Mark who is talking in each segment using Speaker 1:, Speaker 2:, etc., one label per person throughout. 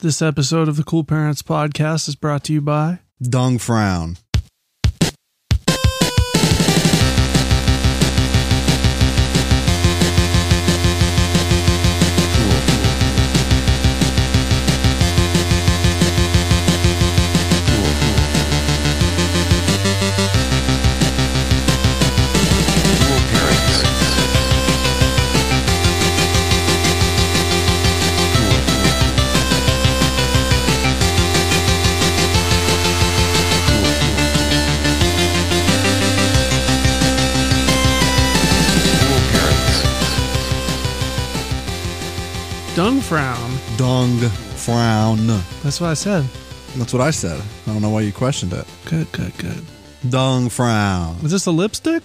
Speaker 1: This episode of the Cool Parents Podcast is brought to you by
Speaker 2: Dung frown.
Speaker 1: Dung Frown.
Speaker 2: Dung frown.
Speaker 1: That's what I said.
Speaker 2: That's what I said. I don't know why you questioned it.
Speaker 1: Good, good, good.
Speaker 2: Dung frown.
Speaker 1: Is this a lipstick?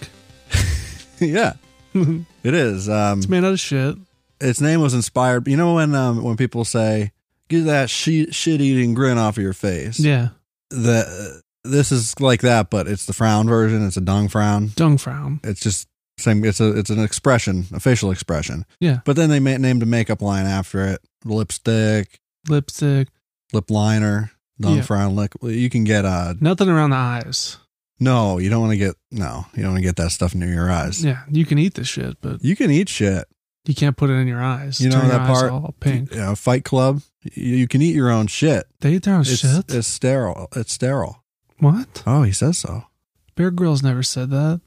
Speaker 2: yeah, it is. Um,
Speaker 1: It's made out of shit.
Speaker 2: its name was inspired. You know when um, when people say "get that she- shit-eating grin off of your face,"
Speaker 1: Yeah.
Speaker 2: the this is like that, but it's the frown version. It's a dung frown.
Speaker 1: Dung Frown.
Speaker 2: It's just same. It's a it's an expression, a facial expression.
Speaker 1: Yeah.
Speaker 2: But then they ma- named a makeup line after it: lipstick,
Speaker 1: Lipstick.
Speaker 2: lip liner, dung
Speaker 1: Yeah.
Speaker 2: frown. Lick. You can get uh
Speaker 1: Nothing around the eyes.
Speaker 2: No, you don't want to get no, you don't want to get that stuff near your eyes.
Speaker 1: Yeah. You can eat this shit, but
Speaker 2: You can eat shit.
Speaker 1: you can't put it in your eyes.
Speaker 2: You know
Speaker 1: Turn your
Speaker 2: that
Speaker 1: eyes
Speaker 2: part?
Speaker 1: all pink.
Speaker 2: You know, Fight Club. You, you can eat your own shit.
Speaker 1: They eat their own
Speaker 2: it's,
Speaker 1: Oh, shit.
Speaker 2: It's sterile. It's sterile.
Speaker 1: what?
Speaker 2: Oh, he says so.
Speaker 1: Bear Grylls never said that.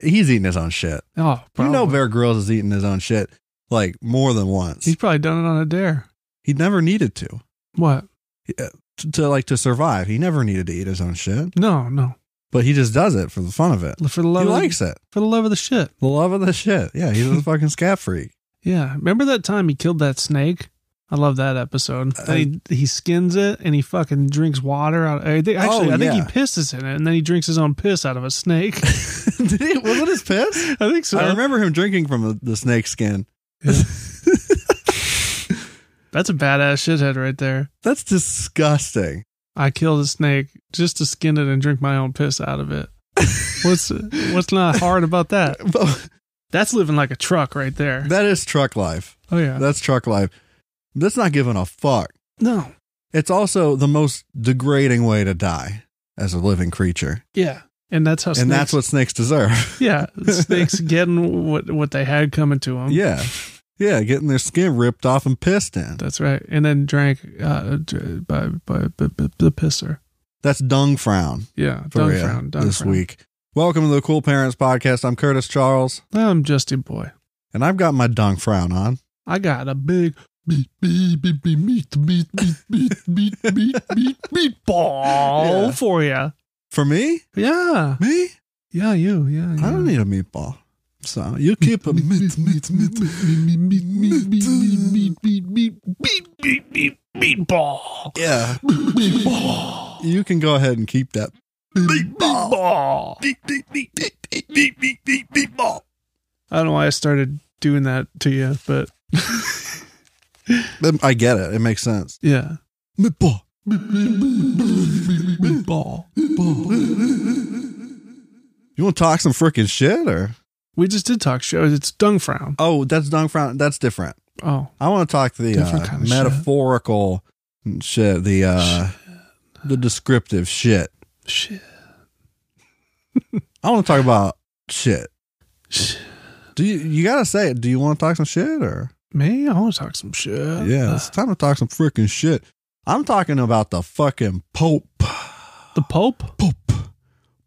Speaker 2: He's eating his own shit.
Speaker 1: Oh, probably.
Speaker 2: You know, Bear Grylls is eating his own shit like more than once.
Speaker 1: He's
Speaker 2: He,
Speaker 1: probably done it on a dare.
Speaker 2: never needed to.
Speaker 1: What?
Speaker 2: to to like to survive. He never needed to eat his own shit,
Speaker 1: No, no.
Speaker 2: but he just does it for the fun of it.
Speaker 1: For the love
Speaker 2: he
Speaker 1: of
Speaker 2: likes it.
Speaker 1: for the love of the shit.
Speaker 2: The love of the shit. Yeah, he's a fucking scat freak.
Speaker 1: Yeah. Remember that time he killed that snake? I love that episode.
Speaker 2: Uh,
Speaker 1: Then he, he skins it and he fucking drinks water out. I think, actually,
Speaker 2: Oh,
Speaker 1: I think
Speaker 2: yeah.
Speaker 1: he pisses in it and then he drinks his own piss out of a snake.
Speaker 2: Did he, was it his piss?
Speaker 1: I think so.
Speaker 2: I remember him drinking from the, the snake skin.
Speaker 1: Yeah. That's a badass shithead right there.
Speaker 2: That's disgusting.
Speaker 1: I killed a snake just to skin it and drink my own piss out of it. What's what's not hard about that?
Speaker 2: But
Speaker 1: That's living like a truck right there.
Speaker 2: that is truck life.
Speaker 1: oh yeah.
Speaker 2: That's truck life. That's not giving a fuck.
Speaker 1: no.
Speaker 2: It's also the most degrading way to die as a living creature.
Speaker 1: Yeah. And that's how
Speaker 2: and that's what snakes deserve.
Speaker 1: Yeah, snakes getting what what they had coming to them.
Speaker 2: yeah. Yeah, getting their skin ripped off and pissed in.
Speaker 1: that's right. And then drank uh, dr- by, by, by, by the pisser.
Speaker 2: That's dung frown
Speaker 1: Yeah,
Speaker 2: for
Speaker 1: dung
Speaker 2: real
Speaker 1: frown, dung
Speaker 2: this
Speaker 1: frown.
Speaker 2: week. Welcome to the Cool Parents Podcast. I'm Curtis Charles,
Speaker 1: I'm Justy boy.
Speaker 2: and I've got my dung frown on.
Speaker 1: I got a big meat, meat, meat, meat, meat, meat, meat, meat, meat, meat, meatball
Speaker 2: Yeah.
Speaker 1: for you.
Speaker 2: For me?
Speaker 1: Yeah,
Speaker 2: Me?
Speaker 1: yeah, you, yeah.
Speaker 2: I don't
Speaker 1: yeah.
Speaker 2: need a meatball. So you keep a meat, meat, meat,
Speaker 1: meat, meat, meat, meat,
Speaker 2: meat.
Speaker 1: meat, meat, meat, meat, meat, meat, meat, meatball.
Speaker 2: Yeah,
Speaker 1: Meatball.
Speaker 2: you can go ahead and keep that.
Speaker 1: Meatball. I don't know why I started doing that to you, but
Speaker 2: Um, I get it. It makes sense.
Speaker 1: yeah.
Speaker 2: Meatball.
Speaker 1: Meatball.
Speaker 2: You want to talk some freaking shit or?
Speaker 1: We just did talk shows. It's Dung Frown.
Speaker 2: Oh, that's dung frown. That's different.
Speaker 1: Oh,
Speaker 2: I want to talk the
Speaker 1: Different
Speaker 2: uh,
Speaker 1: kind of shit.
Speaker 2: metaphorical shit. The uh, the descriptive shit.
Speaker 1: shit.
Speaker 2: I want to talk about shit.
Speaker 1: Shit.
Speaker 2: Do you you gotta say it? Do you want to talk some shit or?
Speaker 1: Me? I want to talk some shit.
Speaker 2: Yeah, it's time to talk some freaking shit. I'm talking about the fucking Pope.
Speaker 1: The Pope?
Speaker 2: Pope.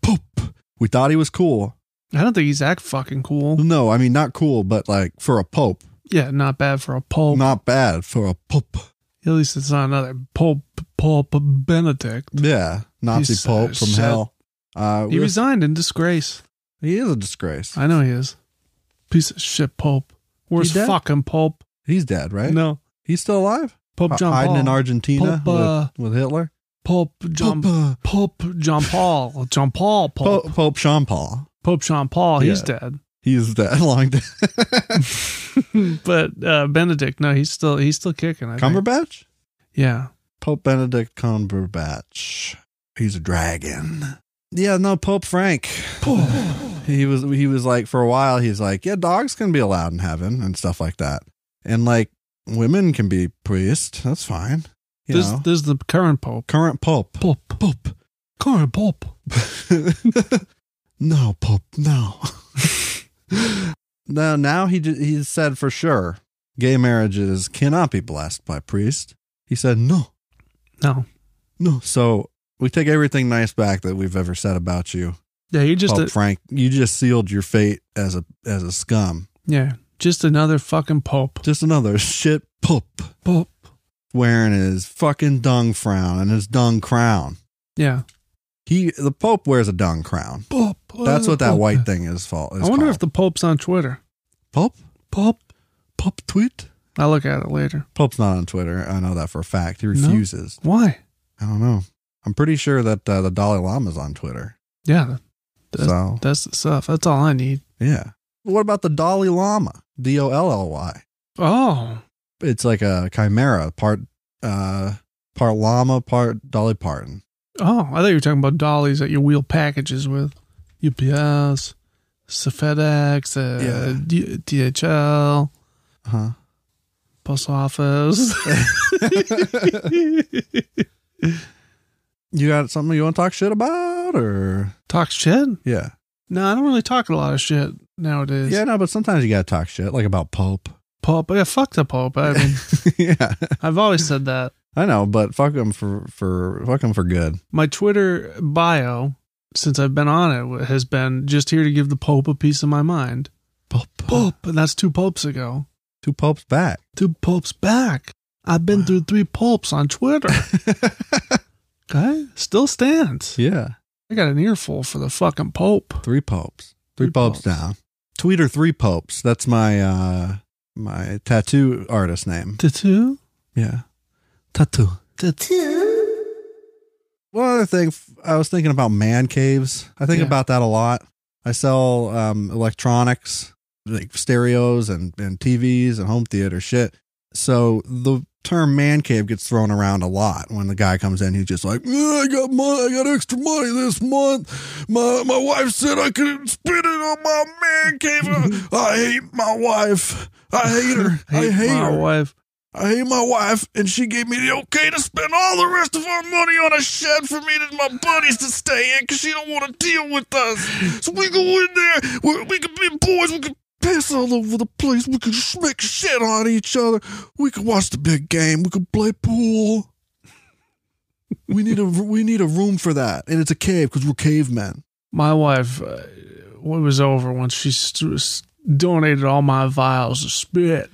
Speaker 2: Pope. We thought he was cool.
Speaker 1: I don't think he's that fucking cool.
Speaker 2: No, I mean, not cool, but like for a Pope.
Speaker 1: Yeah, not bad for a Pope.
Speaker 2: Not bad for a Pope.
Speaker 1: At least it's not another Pope, Pope Benedict.
Speaker 2: Yeah. Nazi
Speaker 1: He's, uh,
Speaker 2: Pope from
Speaker 1: shit.
Speaker 2: hell. Uh,
Speaker 1: He
Speaker 2: we-
Speaker 1: resigned in disgrace.
Speaker 2: he is a disgrace.
Speaker 1: I know he is. Piece of shit Pope. Worst
Speaker 2: dead?
Speaker 1: fucking Pope.
Speaker 2: He's dead, right?
Speaker 1: No.
Speaker 2: He's still alive?
Speaker 1: Pope
Speaker 2: H-
Speaker 1: John
Speaker 2: Hiding
Speaker 1: Paul.
Speaker 2: in Argentina
Speaker 1: Pope, uh,
Speaker 2: with, with Hitler?
Speaker 1: Pope John Pope,
Speaker 2: Pope,
Speaker 1: John Paul. Oh, John Paul
Speaker 2: uh,
Speaker 1: Pope.
Speaker 2: Pope, Pope Sean Paul.
Speaker 1: Pope John Paul, he's dead.
Speaker 2: He's dead. Long dead.
Speaker 1: but uh Benedict, no, he's still he's still kicking. I think.
Speaker 2: Cumberbatch?
Speaker 1: Yeah.
Speaker 2: Pope Benedict Cumberbatch. He's a dragon. Yeah, no, Pope Frank. he was he was like for a while he's like, Yeah, dogs can be allowed in heaven and stuff like that. And like women can be priests. That's fine. You
Speaker 1: This
Speaker 2: know.
Speaker 1: this is the current Pope.
Speaker 2: current Pope.
Speaker 1: Pope. Pope. Current Pope.
Speaker 2: no, Pope, no. no, now he ju- he said for sure gay marriages cannot be blessed by priest. He said no,
Speaker 1: No.
Speaker 2: no. So we take everything nice back that we've ever said about you,
Speaker 1: Yeah, you just
Speaker 2: Pope
Speaker 1: a,
Speaker 2: Frank. You just sealed your fate as a as a scum.
Speaker 1: yeah, just another fucking Pope.
Speaker 2: Just another shit Pope
Speaker 1: Pope.
Speaker 2: wearing his fucking dung frown and his dung crown.
Speaker 1: Yeah.
Speaker 2: He the Pope wears a dung crown.
Speaker 1: Pope.
Speaker 2: That's what that
Speaker 1: Pope.
Speaker 2: white thing is fault.
Speaker 1: I wonder if the Pope's on Twitter.
Speaker 2: Pope
Speaker 1: Pope.
Speaker 2: Pope tweet?
Speaker 1: I'll look at it later.
Speaker 2: Pope's not on Twitter. I know that for a fact. He
Speaker 1: No?
Speaker 2: refuses.
Speaker 1: Why?
Speaker 2: I don't know. I'm pretty sure that uh, the Dalai Lama's on Twitter.
Speaker 1: Yeah. That's,
Speaker 2: so
Speaker 1: that's the stuff. That's all I need.
Speaker 2: yeah. What about the Dalai Lama? D O L L Y.
Speaker 1: Oh.
Speaker 2: It's like a chimera, part uh, part llama, part Dolly Parton.
Speaker 1: Oh, I thought you were talking about dollies that you wheel packages with. UPS, so FedEx, uh,
Speaker 2: Yeah.
Speaker 1: D- DHL,
Speaker 2: Huh?
Speaker 1: post office.
Speaker 2: You got something you want to talk shit about, or
Speaker 1: talk shit?
Speaker 2: yeah,
Speaker 1: No, I don't really talk a lot of shit nowadays.
Speaker 2: yeah, no, but sometimes you got to talk shit, like about Pope.
Speaker 1: Pope. Yeah, fuck the Pope. I mean,
Speaker 2: yeah,
Speaker 1: I've always said that.
Speaker 2: I know, but fuck him for for fuck him for good.
Speaker 1: My Twitter bio, since I've been on it, has been just here to give the Pope a piece of my mind.
Speaker 2: Pope,
Speaker 1: Pope, and that's two popes ago.
Speaker 2: two popes back.
Speaker 1: Two popes back. I've been through three popes on Twitter. okay, still stands.
Speaker 2: yeah,
Speaker 1: I got an earful for the fucking Pope.
Speaker 2: three popes, three,
Speaker 1: Three
Speaker 2: popes,
Speaker 1: popes.
Speaker 2: down. Tweeter three popes. That's my uh my tattoo artist name.
Speaker 1: Tattoo?
Speaker 2: Yeah, tattoo.
Speaker 1: Tattoo?
Speaker 2: One other thing, f- I was thinking about man caves. I think
Speaker 1: Yeah.
Speaker 2: about that a lot. I sell um, electronics, like stereos and, and TVs and home theater shit. So the term man cave gets thrown around a lot when the guy comes in. He's just like, "Yeah, I got money, I got extra money this month. My my wife said I could spend it on my man cave. I, I hate my wife. I hate her. I hate
Speaker 1: my
Speaker 2: her.
Speaker 1: wife.
Speaker 2: I hate my wife, and she gave me the okay to spend all the rest of our money on a shed for me and my buddies to stay in because she don't want to deal with us. So we go in there, we, we can be boys, we can piss all over the place, we can smack shit on each other, we can watch the big game, we can play pool. We need a we need a room for that, and it's a cave because we're cavemen.
Speaker 1: My wife, uh, what was over when she st- s- donated all my vials of spit.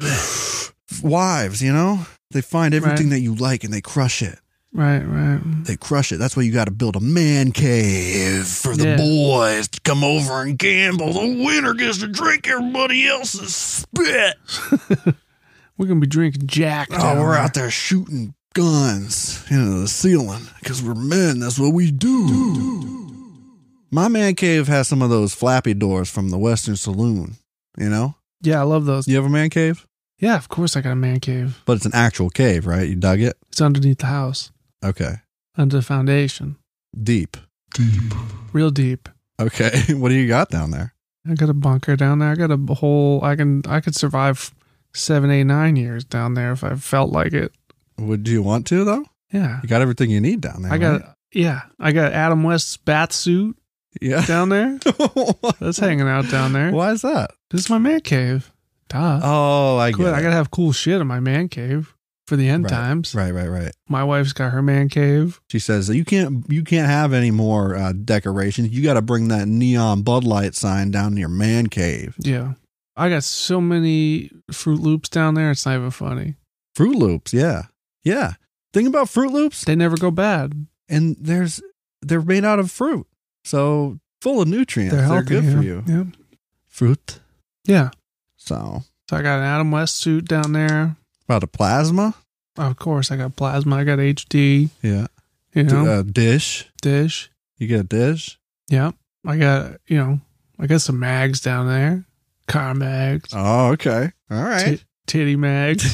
Speaker 2: Wives, you know, they find everything
Speaker 1: Right.
Speaker 2: that you like and they crush it.
Speaker 1: right, right.
Speaker 2: They crush it. That's why you got to build a man cave for the
Speaker 1: Yeah.
Speaker 2: boys to come over and gamble. The winner gets to drink everybody else's spit.
Speaker 1: We're gonna be drinking Jack.
Speaker 2: Oh,
Speaker 1: down
Speaker 2: we're
Speaker 1: there.
Speaker 2: out there shooting guns into the ceiling because we're men. That's what we do. My man cave has some of those flappy doors from the Western Saloon. You know,
Speaker 1: Yeah, I love those.
Speaker 2: you have a man cave,
Speaker 1: Yeah, of course I got a man cave.
Speaker 2: but it's an actual cave, right? You dug it.
Speaker 1: It's underneath the house,
Speaker 2: Okay,
Speaker 1: under the foundation,
Speaker 2: deep.
Speaker 1: real deep.
Speaker 2: Okay, what do you got down there?
Speaker 1: I got a bunker down there. I got a whole. I can. I could survive seven, eight, nine years down there if I felt like it.
Speaker 2: Would you want to though?
Speaker 1: Yeah,
Speaker 2: You got everything you need down there.
Speaker 1: I
Speaker 2: right?
Speaker 1: got. Yeah, I got Adam West's bath suit
Speaker 2: Yeah.
Speaker 1: down there. That's hanging out down there.
Speaker 2: Why is that?
Speaker 1: This is my man cave. Duh.
Speaker 2: Oh, I
Speaker 1: Cool.
Speaker 2: get.
Speaker 1: I
Speaker 2: it.
Speaker 1: gotta have cool shit in my man cave for the end
Speaker 2: Right.
Speaker 1: times.
Speaker 2: Right, right, right.
Speaker 1: My wife's got her man cave.
Speaker 2: She says you can't you can't have any more uh, decorations. You got to bring that neon Bud Light sign down to your man cave.
Speaker 1: Yeah. I got so many Fruit Loops down there. It's not even funny.
Speaker 2: Fruit Loops, yeah, yeah. Thing about Fruit Loops,
Speaker 1: They never go bad.
Speaker 2: and there's they're made out of fruit, so full of nutrients.
Speaker 1: They're
Speaker 2: They're,
Speaker 1: healthy.
Speaker 2: good
Speaker 1: yeah.
Speaker 2: for you.
Speaker 1: Yeah.
Speaker 2: Fruit.
Speaker 1: Yeah.
Speaker 2: So
Speaker 1: So I got an Adam West suit down there.
Speaker 2: About a plasma?
Speaker 1: Of course, I got plasma. I got HD.
Speaker 2: Yeah.
Speaker 1: You know,
Speaker 2: A dish.
Speaker 1: dish.
Speaker 2: You get a dish?
Speaker 1: Yep. I got you know, I got some mags down there. Car mags.
Speaker 2: Oh, okay. All right.
Speaker 1: Ti- titty mags.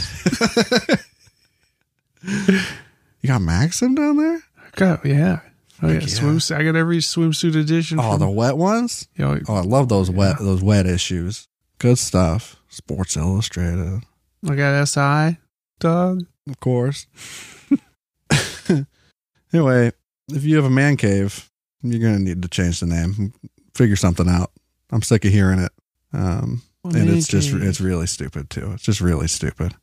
Speaker 2: you got Maxim down there?
Speaker 1: I got yeah. I got
Speaker 2: Heck yeah.
Speaker 1: swimsuit. I got every swimsuit edition.
Speaker 2: Oh,
Speaker 1: from-
Speaker 2: the wet ones?
Speaker 1: you know,
Speaker 2: Oh, I love those wet
Speaker 1: Yeah.
Speaker 2: those wet issues. Good stuff. Sports Illustrated,
Speaker 1: I got SI dog.
Speaker 2: of course. anyway, if you have a man cave, you're gonna need to change the name. Figure something out. I'm sick of hearing it. Um, and it's just it's really stupid too. It's just really stupid.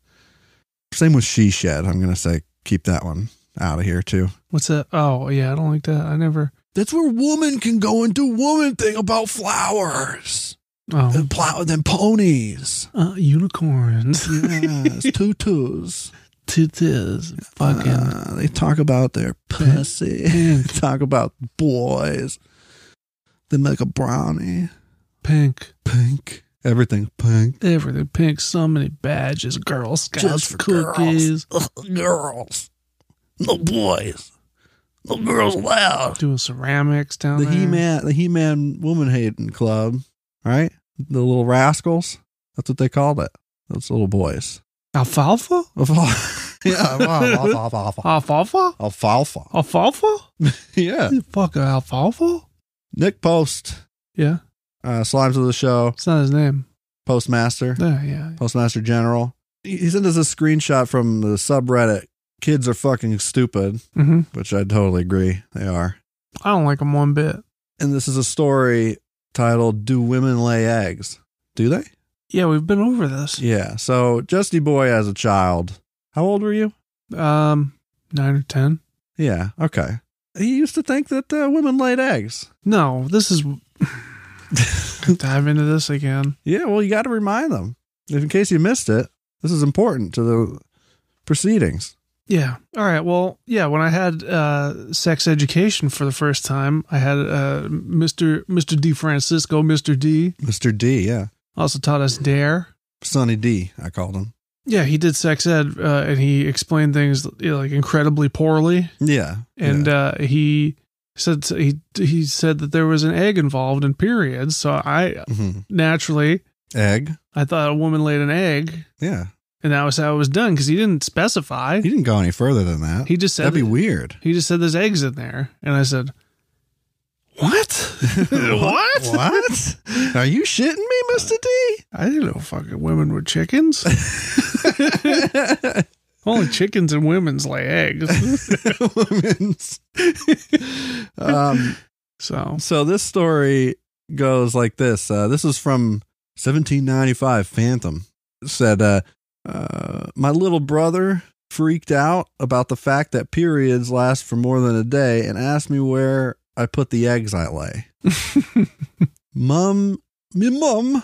Speaker 2: Same with she shed. I'm gonna say keep that one out of here too.
Speaker 1: what's that? Oh yeah, I don't like that. I never.
Speaker 2: That's where woman can go and do woman thing about flowers
Speaker 1: Oh,
Speaker 2: and plow and then ponies.
Speaker 1: uh, unicorns.
Speaker 2: Yes, tutus.
Speaker 1: Titties. Fucking.
Speaker 2: Uh, they talk about their pussy.
Speaker 1: pink.
Speaker 2: talk about boys. They make a brownie.
Speaker 1: Pink.
Speaker 2: Pink. Everything pink.
Speaker 1: Everything pink. So many badges. Girl Scouts.
Speaker 2: Just for
Speaker 1: cookies.
Speaker 2: girls. Ugh, girls. No boys. No girls allowed.
Speaker 1: Doing ceramics down
Speaker 2: The
Speaker 1: there.
Speaker 2: He Man, the He Man Woman Hating Club, right? The little rascals. That's what they called it. Those little boys.
Speaker 1: Alfalfa.
Speaker 2: yeah, alfalfa, alfalfa,
Speaker 1: Alfalfa.
Speaker 2: alfalfa.
Speaker 1: Alfalfa.
Speaker 2: Yeah.
Speaker 1: Fuck alfalfa.
Speaker 2: Nick Post,
Speaker 1: Yeah,
Speaker 2: uh, slimes of the show,
Speaker 1: it's not his name.
Speaker 2: postmaster,
Speaker 1: Yeah, yeah.
Speaker 2: postmaster general. He he sent us a screenshot from the subreddit. Kids are fucking stupid,
Speaker 1: hmm
Speaker 2: which I totally agree. They are.
Speaker 1: I don't like him one bit.
Speaker 2: And this is a story titled "Do Women Lay Eggs?" Do they?
Speaker 1: Yeah, we've been over this.
Speaker 2: Yeah. So Justy Boy as a child. How old were you?
Speaker 1: Um, nine or ten.
Speaker 2: Yeah. Okay. He used to think that uh, women laid eggs.
Speaker 1: No, this is. dive into this again.
Speaker 2: Yeah. Well, you got to remind them. If in case you missed it, this is important to the proceedings.
Speaker 1: Yeah. All right. Well, yeah. When I had uh, sex education for the first time, I had uh, Mr. Mr. D. Francisco, Mr. D.
Speaker 2: Mr. D. Yeah.
Speaker 1: Also taught us dare.
Speaker 2: Sonny D. I called him.
Speaker 1: Yeah, he did sex ed, uh, and he explained things you know, like incredibly poorly.
Speaker 2: Yeah.
Speaker 1: and
Speaker 2: yeah.
Speaker 1: uh, he said he he said that there was an egg involved in periods. So I
Speaker 2: Mhm.
Speaker 1: naturally
Speaker 2: egg.
Speaker 1: I thought a woman laid an egg,
Speaker 2: Yeah.
Speaker 1: and that was how it was done because he didn't specify.
Speaker 2: He didn't go any further than that.
Speaker 1: He just said
Speaker 2: That'd be
Speaker 1: that-
Speaker 2: weird.
Speaker 1: he just said there's eggs in there, and I said, "What? what?
Speaker 2: What? Are you shitting me, Mr. D?
Speaker 1: I didn't know fucking women were chickens. Only chickens and women's lay eggs."
Speaker 2: Women's. um,
Speaker 1: So
Speaker 2: So this story goes like this. Uh, this is from 1795. Phantom It said, uh, uh, "My little brother freaked out about the fact that periods last for more than a day, and asked me where I put the eggs I lay." mum, me mum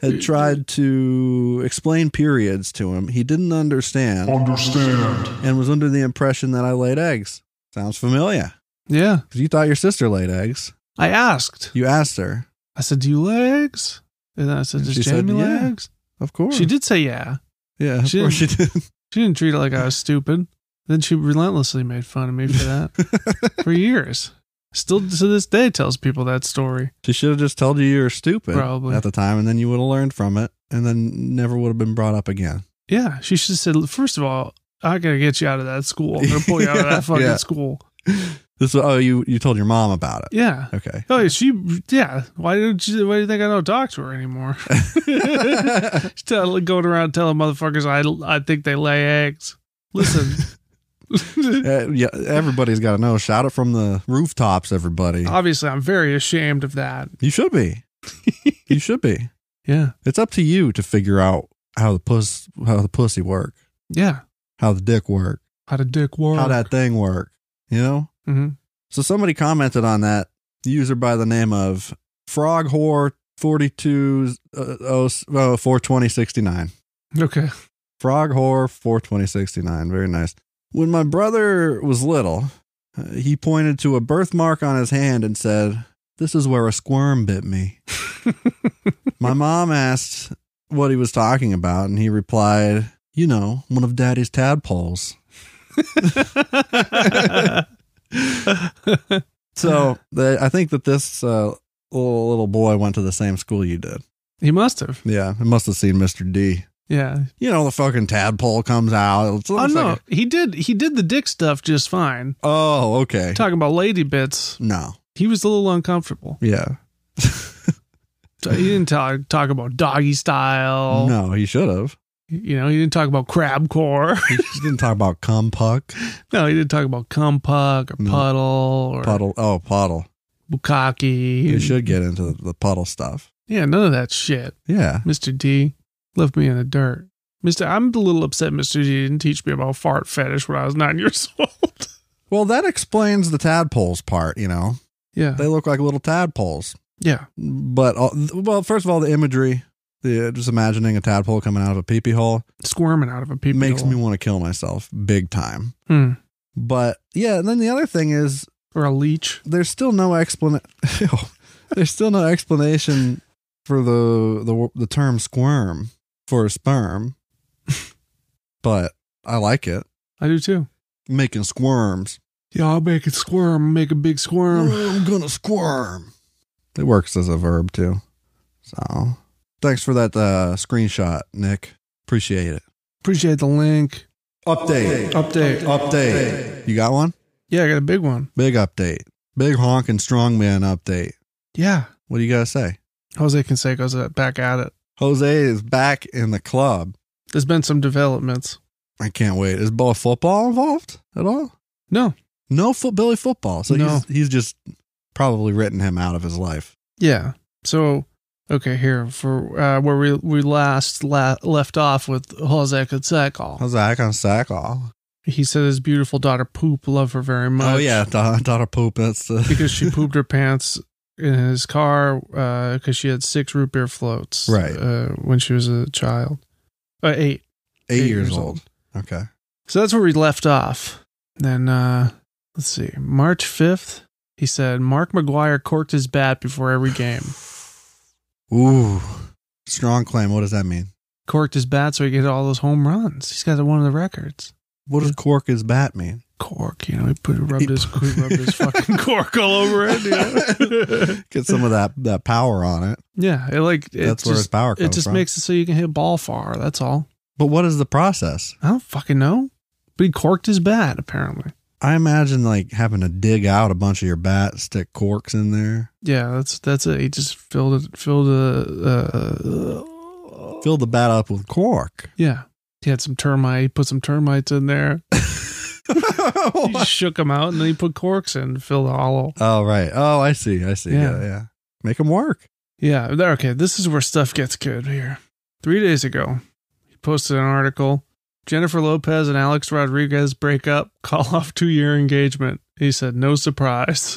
Speaker 2: had tried to explain periods to him. He didn't understand
Speaker 3: Understand.
Speaker 2: and was under the impression that I laid eggs. Sounds familiar.
Speaker 1: yeah,
Speaker 2: 'Cause you thought your sister laid eggs.
Speaker 1: I asked.
Speaker 2: You asked her.
Speaker 1: I said, "Do you lay eggs?" And then I said,
Speaker 2: And
Speaker 1: "Does
Speaker 2: she said,
Speaker 1: Jamie lay
Speaker 2: "Yeah."
Speaker 1: eggs?"
Speaker 2: Of course.
Speaker 1: She did say, "Yeah."
Speaker 2: Yeah, of
Speaker 1: She
Speaker 2: course she did.
Speaker 1: She didn't treat it like I was stupid. Then she relentlessly made fun of me for that for years. Still to this day tells people that story.
Speaker 2: She should have just told you you were stupid
Speaker 1: Probably.
Speaker 2: at the time, and then you would have learned from it, and then never would have been brought up again.
Speaker 1: Yeah, she should have said, first of all, I gotta get you out of that school. I'm gonna pull you out of that fucking
Speaker 2: Yeah.
Speaker 1: school.
Speaker 2: This oh you you told your mom about it.
Speaker 1: Yeah.
Speaker 2: Okay.
Speaker 1: Oh, yeah, she. Yeah. Why don't you? Why do you think I don't talk to her anymore? She's tell, going around telling motherfuckers I I think they lay eggs. Listen,
Speaker 2: Uh, yeah, everybody's got to know. Shout it from the rooftops, everybody.
Speaker 1: obviously I'm very ashamed of that.
Speaker 2: You should be. you should be.
Speaker 1: Yeah.
Speaker 2: It's up to you to figure out how the puss how the pussy work,
Speaker 1: Yeah.
Speaker 2: how the dick work,
Speaker 1: How to dick work?
Speaker 2: how that thing work. You know.
Speaker 1: hmm
Speaker 2: So somebody commented on that user by the name of Frog Whore 42 uh, oh, s- oh, 42069.
Speaker 1: Okay.
Speaker 2: Frog Whore 42069. Very nice. When my brother was little, uh, he pointed to a birthmark on his hand and said, This is where a squirm bit me. my mom asked what he was talking about, and he replied, you know, one of daddy's tadpoles. So the, I think that this uh, little, little boy went to the same school you did.
Speaker 1: he must have.
Speaker 2: Yeah, I must have seen Mr. D.
Speaker 1: Yeah.
Speaker 2: You know, the fucking tadpole comes out. It's,
Speaker 1: Oh
Speaker 2: looks
Speaker 1: no,
Speaker 2: like a-
Speaker 1: he did. He did the dick stuff just fine.
Speaker 2: oh, okay.
Speaker 1: Talking about lady bits,
Speaker 2: no.
Speaker 1: he was a little uncomfortable.
Speaker 2: Yeah.
Speaker 1: So He didn't talk talk about doggy style.
Speaker 2: No, he should have.
Speaker 1: You know, he didn't talk about crab core.
Speaker 2: He didn't talk about cum puck.
Speaker 1: no, he didn't talk about cum puck or
Speaker 2: No.
Speaker 1: puddle or
Speaker 2: Puddle. Oh, puddle.
Speaker 1: bukkake.
Speaker 2: You should get into the, the puddle stuff.
Speaker 1: Yeah, none of that shit.
Speaker 2: Yeah.
Speaker 1: Mr. D left me in the dirt. Mr. I'm a little upset Mr. D didn't teach me about fart fetish when I was nine years old.
Speaker 2: Well, that explains the tadpoles part, you know.
Speaker 1: yeah.
Speaker 2: They look like little tadpoles.
Speaker 1: Yeah.
Speaker 2: But, all, well, first of all, the imagery, the just imagining a tadpole coming out of a peepee hole
Speaker 1: Squirming out of a peepee.
Speaker 2: makes
Speaker 1: hole.
Speaker 2: me want to kill myself big time.
Speaker 1: Hmm.
Speaker 2: But yeah, and then the other thing is
Speaker 1: Or a leech.
Speaker 2: there's still no explanation. there's still no explanation for the the the term squirm for a sperm. but I like it
Speaker 1: I do too.
Speaker 2: making squirms. Oh,
Speaker 1: Yeah, I'll make it squirm, make a big squirm.
Speaker 2: I'm gonna squirm. It works as a verb too. So thanks for that uh, screenshot, Nick. Appreciate it.
Speaker 1: Appreciate the link.
Speaker 2: Update.
Speaker 1: Update.
Speaker 2: Update. You got one?
Speaker 1: Yeah, I got a big one.
Speaker 2: Big update. Big honking strongman update.
Speaker 1: Yeah.
Speaker 2: What do you gotta say?
Speaker 1: Jose Canseco's uh, back at it.
Speaker 2: Jose is back in the club.
Speaker 1: There's been some developments.
Speaker 2: I can't wait. Is Billy football involved at all?
Speaker 1: No.
Speaker 2: No foot Billy football. So
Speaker 1: No.
Speaker 2: he's he's just probably written him out of his life.
Speaker 1: Yeah. So, okay, here for uh, where we we last la- left off with Jose Canseco.
Speaker 2: How's that gonna sack all?
Speaker 1: He said his beautiful daughter Poop loved her very much.
Speaker 2: Oh yeah, da- daughter poop. That's uh, the
Speaker 1: because she pooped her pants in his car because she had six root beer floats
Speaker 2: Right.
Speaker 1: uh, when she was a child, uh, eight.
Speaker 2: eight, years, old. Okay.
Speaker 1: So that's where we left off. Then uh, let's see, March fifth. He said Mark McGuire corked his bat before every game.
Speaker 2: Ooh, strong claim. What does that mean?
Speaker 1: Corked his bat so he could hit all those home runs. He's got one of the records.
Speaker 2: What does cork his bat mean?
Speaker 1: cork. You know, he put rubbed
Speaker 2: He
Speaker 1: his he rubbed his fucking cork all over it. Yeah,
Speaker 2: Get some of that that power on it.
Speaker 1: yeah it like it
Speaker 2: That's where his
Speaker 1: just
Speaker 2: power comes
Speaker 1: it just
Speaker 2: from.
Speaker 1: makes it so you can hit ball far. That's all.
Speaker 2: but what is the process?
Speaker 1: I don't fucking know, but he corked his bat apparently.
Speaker 2: I imagine like having to dig out a bunch of your bat, stick corks in there,
Speaker 1: Yeah, that's that's it. He just filled it filled a uh,
Speaker 2: fill the bat up with cork.
Speaker 1: yeah. He had some termite. He put some termites in there. He shook them out, and then he put corks in to fill the hollow.
Speaker 2: Oh right. Oh, I see. I see. Yeah,
Speaker 1: Yeah.
Speaker 2: yeah. Make them work.
Speaker 1: Yeah, there- okay. This is where stuff gets good here. Three days ago, he posted an article. Jennifer Lopez and Alex Rodriguez break up, call off two year engagement. He said, no surprise.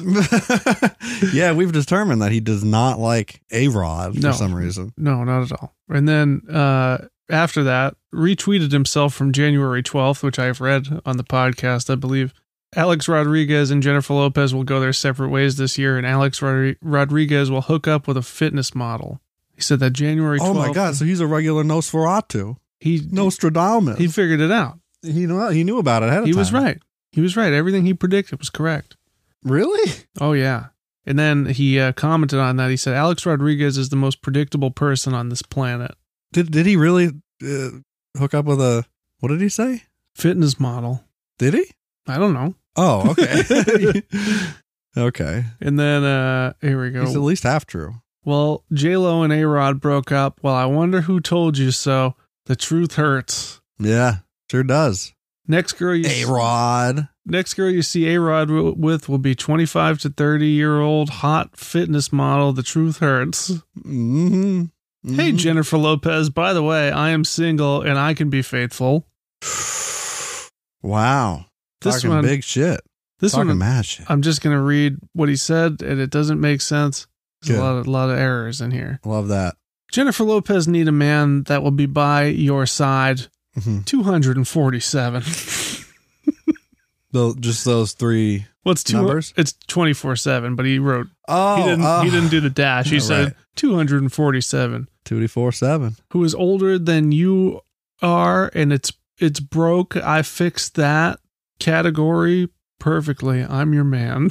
Speaker 2: yeah, we've determined that he does not like A Rod for
Speaker 1: No.
Speaker 2: some reason.
Speaker 1: No, not at all. And then uh, after that, retweeted himself from January 12th, which I've read on the podcast, I believe. Alex Rodriguez and Jennifer Lopez will go their separate ways this year, and Alex Rodri- Rodriguez will hook up with a fitness model. He said that January 12th.
Speaker 2: Oh my God! So he's a regular Nosferatu,
Speaker 1: He,
Speaker 2: Nostradamus.
Speaker 1: he
Speaker 2: He,
Speaker 1: figured it out.
Speaker 2: he knew he knew about it ahead of
Speaker 1: he
Speaker 2: time.
Speaker 1: was right. He was right. Everything he predicted was correct.
Speaker 2: Really?
Speaker 1: Oh yeah. And then he uh, commented on that. He said Alex Rodriguez is the most predictable person on this planet.
Speaker 2: Did did he really uh, hook up with a? What did he say?
Speaker 1: Fitness model.
Speaker 2: Did he?
Speaker 1: I don't know.
Speaker 2: Oh, okay. okay.
Speaker 1: And then uh here we
Speaker 2: He's at
Speaker 1: go.
Speaker 2: least half true.
Speaker 1: Well, J Lo and A Rod broke up. Well, I wonder who told you so. The truth hurts.
Speaker 2: Yeah, sure does.
Speaker 1: Next girl you
Speaker 2: A Rod.
Speaker 1: next girl you see A Rod w- with will be twenty five to thirty year old hot fitness model. The truth hurts.
Speaker 2: hmm
Speaker 1: Hey Jennifer Lopez, by the way, I am single and I can be faithful.
Speaker 2: Wow.
Speaker 1: This
Speaker 2: talking
Speaker 1: one,
Speaker 2: big shit.
Speaker 1: this
Speaker 2: talking
Speaker 1: one,
Speaker 2: mad shit.
Speaker 1: I'm just gonna read what he said, and it doesn't make sense. There's
Speaker 2: Good.
Speaker 1: a lot of lot of errors in here.
Speaker 2: Love that.
Speaker 1: Jennifer Lopez need a man that will be by your side.
Speaker 2: Mhm.
Speaker 1: 247.
Speaker 2: Tho- just those three.
Speaker 1: What's two?
Speaker 2: Numbers?
Speaker 1: It's 24 seven, but he wrote
Speaker 2: Oh,
Speaker 1: he didn't he didn't do the dash. He
Speaker 2: Yeah,
Speaker 1: said
Speaker 2: right.
Speaker 1: 247.
Speaker 2: two four seven.
Speaker 1: Who is older than you are and it's it's broke. I fixed that category perfectly. I'm your man.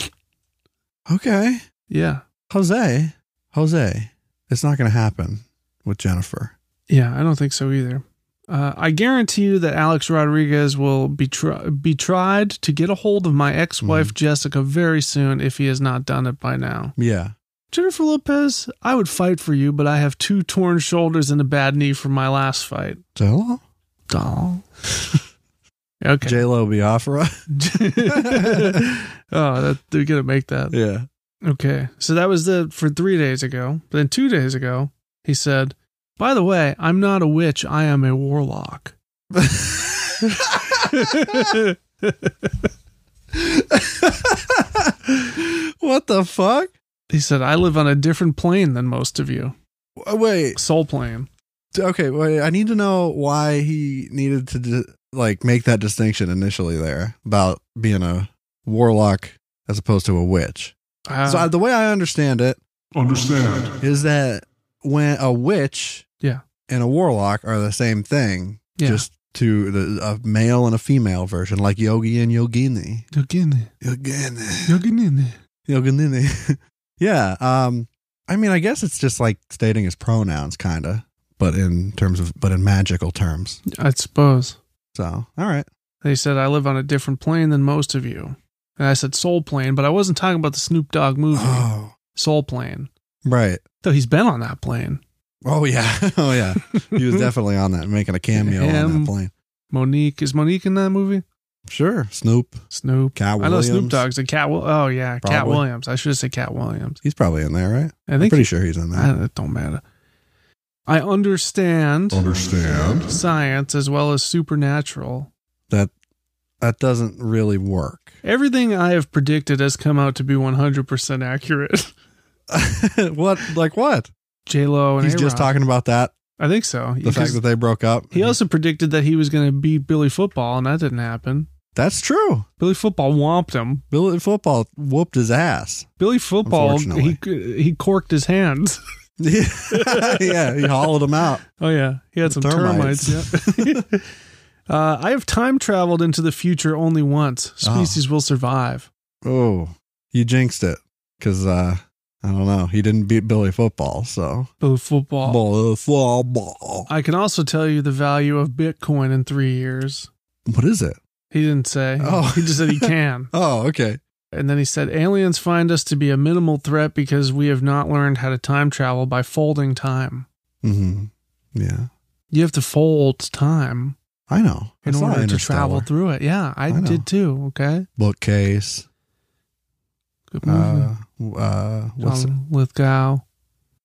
Speaker 2: Okay.
Speaker 1: Yeah.
Speaker 2: Jose, Jose, it's not going to happen with Jennifer.
Speaker 1: Yeah, I don't think so either. Uh, I guarantee you that Alex Rodriguez will be tr- be tried to get a hold of my ex-wife
Speaker 2: Mm-hmm.
Speaker 1: Jessica very soon if he has not done it by now.
Speaker 2: Yeah.
Speaker 1: Jennifer Lopez, I would fight for you, but I have two torn shoulders and a bad knee from my last fight.
Speaker 2: J-Lo?
Speaker 1: Doll. okay.
Speaker 2: J-Lo Biafra?
Speaker 1: oh, that, they're gonna make that.
Speaker 2: yeah.
Speaker 1: Okay. So that was the for three days ago. But then two days ago, he said, By the way, I'm not a witch, I am a warlock.
Speaker 2: what the fuck?
Speaker 1: he said, I live on a different plane than most of you.
Speaker 2: W- Wait.
Speaker 1: Soul plane.
Speaker 2: Okay, wait. I need to know why he needed to di- like make that distinction initially there about being a warlock as opposed to a witch.
Speaker 1: Uh,
Speaker 2: so I, the way I understand it,
Speaker 4: Understand.
Speaker 2: is that when a witch
Speaker 1: Yeah.
Speaker 2: and a warlock are the same thing
Speaker 1: Yeah.
Speaker 2: just to the, a male and a female version like yogi and yogini
Speaker 1: Yogini.
Speaker 2: yogini
Speaker 1: Yogini.
Speaker 2: yogini yeah um i mean i guess it's just like stating his pronouns kinda but in terms of but in magical terms
Speaker 1: I suppose.
Speaker 2: so all right
Speaker 1: They said, I live on a different plane than most of you. And I said soul plane, but I wasn't talking about the Snoop Dogg movie.
Speaker 2: oh
Speaker 1: soul plane.
Speaker 2: right
Speaker 1: Though he's been on that plane.
Speaker 2: oh yeah oh yeah he was definitely on that making a cameo on
Speaker 1: Him.
Speaker 2: that plane
Speaker 1: Monique. Is Monique in that movie?
Speaker 2: sure snoop
Speaker 1: Snoop.
Speaker 2: Cat
Speaker 1: I know Snoop
Speaker 2: Williams.
Speaker 1: Dogg's a Cat. Wil- Oh yeah, Cat
Speaker 2: Probably.
Speaker 1: Williams. I should have said Cat Williams.
Speaker 2: he's probably in there right
Speaker 1: I
Speaker 2: i'm
Speaker 1: think.
Speaker 2: pretty sure he's in there
Speaker 1: I- it don't matter. I understand
Speaker 2: Oh.
Speaker 4: Understand.
Speaker 1: science as well as supernatural.
Speaker 2: that that doesn't really work.
Speaker 1: Everything I have predicted has come out to be 100% accurate.
Speaker 2: what like what?
Speaker 1: J Lo and
Speaker 2: He's just
Speaker 1: A-Rod.
Speaker 2: talking about that
Speaker 1: I think so.
Speaker 2: the fact that they broke up.
Speaker 1: he also predicted that he was going to beat Billy Football, and that didn't happen.
Speaker 2: That's true.
Speaker 1: Billy Football whomped him.
Speaker 2: Billy football whooped his ass.
Speaker 1: Billy Football he he corked his hands.
Speaker 2: yeah, he hollowed him out.
Speaker 1: Oh yeah, he had some termites.
Speaker 2: Termites.
Speaker 1: yeah. uh, I have time traveled into the future only once.
Speaker 2: Ah.
Speaker 1: Species will survive.
Speaker 2: Oh, you jinxed it because uh, I don't know. He didn't beat Billy football, so
Speaker 1: Both football.
Speaker 2: Billy football.
Speaker 1: I can also tell you the value of Bitcoin in three years.
Speaker 2: What is it?
Speaker 1: He didn't say.
Speaker 2: Oh.
Speaker 1: he just said he can.
Speaker 2: Oh, okay.
Speaker 1: And then he said, "Aliens find us to be a minimal threat because we have not learned how to time travel by folding time.
Speaker 2: hmm Yeah,
Speaker 1: You have to fold time
Speaker 2: I know.
Speaker 1: in
Speaker 2: It's not
Speaker 1: order to travel
Speaker 2: Interstellar.
Speaker 1: through it. Yeah, I,
Speaker 2: I know.
Speaker 1: did too. Okay,
Speaker 2: bookcase.
Speaker 1: good movie. Um,
Speaker 2: Uh, uh, what's
Speaker 1: Mm-hmm. John Lithgow,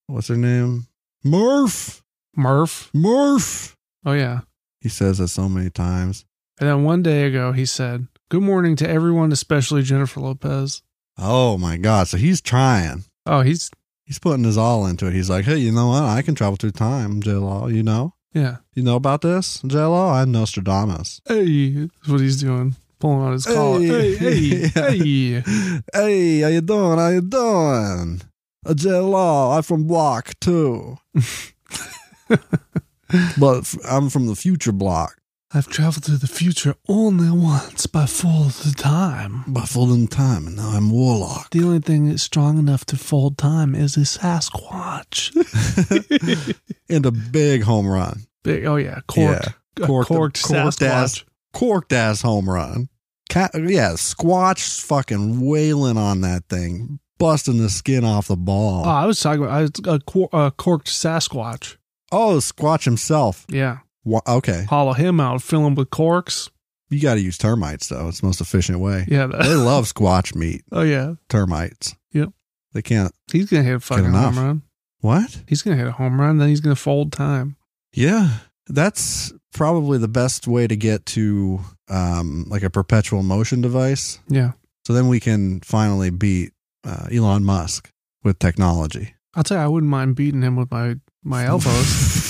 Speaker 2: what's her name? Murph.
Speaker 1: Murph.
Speaker 2: Murph.
Speaker 1: Oh yeah."
Speaker 2: He says that so many times.
Speaker 1: And then one day ago, he said, Good morning to everyone, especially Jennifer Lopez.
Speaker 2: Oh my god! So he's trying.
Speaker 1: Oh, he's,
Speaker 2: He's putting his all into it. He's like, hey, you know what? I can travel through time, J Law. You know,
Speaker 1: yeah.
Speaker 2: you know about this, J Law. I'm Nostradamus.
Speaker 1: Hey, that's what he's doing. Pulling on his collar. Hey,
Speaker 2: Hey.
Speaker 1: hey, hey.
Speaker 2: hey, how you doing? How you doing? Uh, J Law. I'm from Block Two, but f- I'm from the future block.
Speaker 1: I've traveled to the future only once by fold the time.
Speaker 2: But full in time, and now I'm Warlock.
Speaker 1: The only thing that's strong enough to fold time is a Sasquatch.
Speaker 2: and a big home run,
Speaker 1: Big, oh, yeah. Corked.
Speaker 2: Yeah.
Speaker 1: a Corked,
Speaker 2: Corked-
Speaker 1: Sasquatch.
Speaker 2: corked ass. corked ass home run. Cat, yeah, Squatch fucking wailing on that thing, busting the skin off the ball.
Speaker 1: Oh, I was talking about I, a, cor- a corked Sasquatch.
Speaker 2: oh, Squatch himself.
Speaker 1: Yeah.
Speaker 2: Wha- okay,
Speaker 1: Hollow him out, fill him with corks.
Speaker 2: you got to use termites though. It's the most efficient way.
Speaker 1: Yeah.
Speaker 2: They
Speaker 1: That,
Speaker 2: love Squatch meat,
Speaker 1: oh, yeah.
Speaker 2: termites.
Speaker 1: Yep.
Speaker 2: They can't.
Speaker 1: He's gonna hit a fucking
Speaker 2: enough.
Speaker 1: home run.
Speaker 2: What?
Speaker 1: He's gonna hit a home run, then he's gonna fold time.
Speaker 2: Yeah, that's probably the best way to get to um, like a perpetual motion device.
Speaker 1: Yeah.
Speaker 2: So then we can finally beat uh, Elon Musk with technology.
Speaker 1: I'll tell you I wouldn't mind beating him with my my elbows.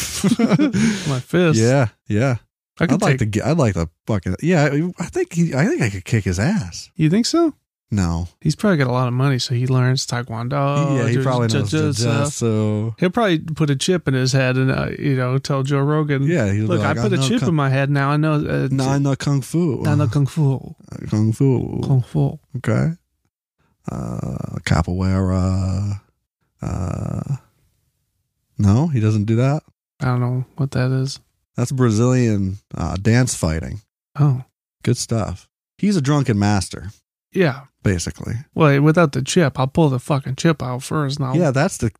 Speaker 1: my fist.
Speaker 2: yeah, yeah.
Speaker 1: I could
Speaker 2: I'd
Speaker 1: take
Speaker 2: like to. Get, I'd like to fucking. Yeah, I I think. He, I think I could kick his ass.
Speaker 1: you think so?
Speaker 2: No.
Speaker 1: He's probably got a lot of money, so he learns Taekwondo.
Speaker 2: yeah, he
Speaker 1: jiu-
Speaker 2: probably knows
Speaker 1: jiu-
Speaker 2: jiu-jitsu.
Speaker 1: jitsu. He'll probably put a chip in his head and uh, you know tell Joe Rogan,
Speaker 2: Yeah, he'll be
Speaker 1: look,
Speaker 2: like,
Speaker 1: I put
Speaker 2: I
Speaker 1: a
Speaker 2: know
Speaker 1: chip
Speaker 2: kung-
Speaker 1: in my head now. I know, uh,
Speaker 2: No, I
Speaker 1: I
Speaker 2: know kung fu. Uh,
Speaker 1: know kung fu,
Speaker 2: kung fu.
Speaker 1: kung fu.
Speaker 2: Okay. Uh, capoeira. Uh, no, he doesn't do that.
Speaker 1: I don't know what that is.
Speaker 2: That's Brazilian uh, dance fighting.
Speaker 1: Oh,
Speaker 2: Good stuff. He's a drunken master,
Speaker 1: yeah.
Speaker 2: basically.
Speaker 1: Well, without the chip, I'll pull the fucking chip out first. And I'll,
Speaker 2: Yeah, that's the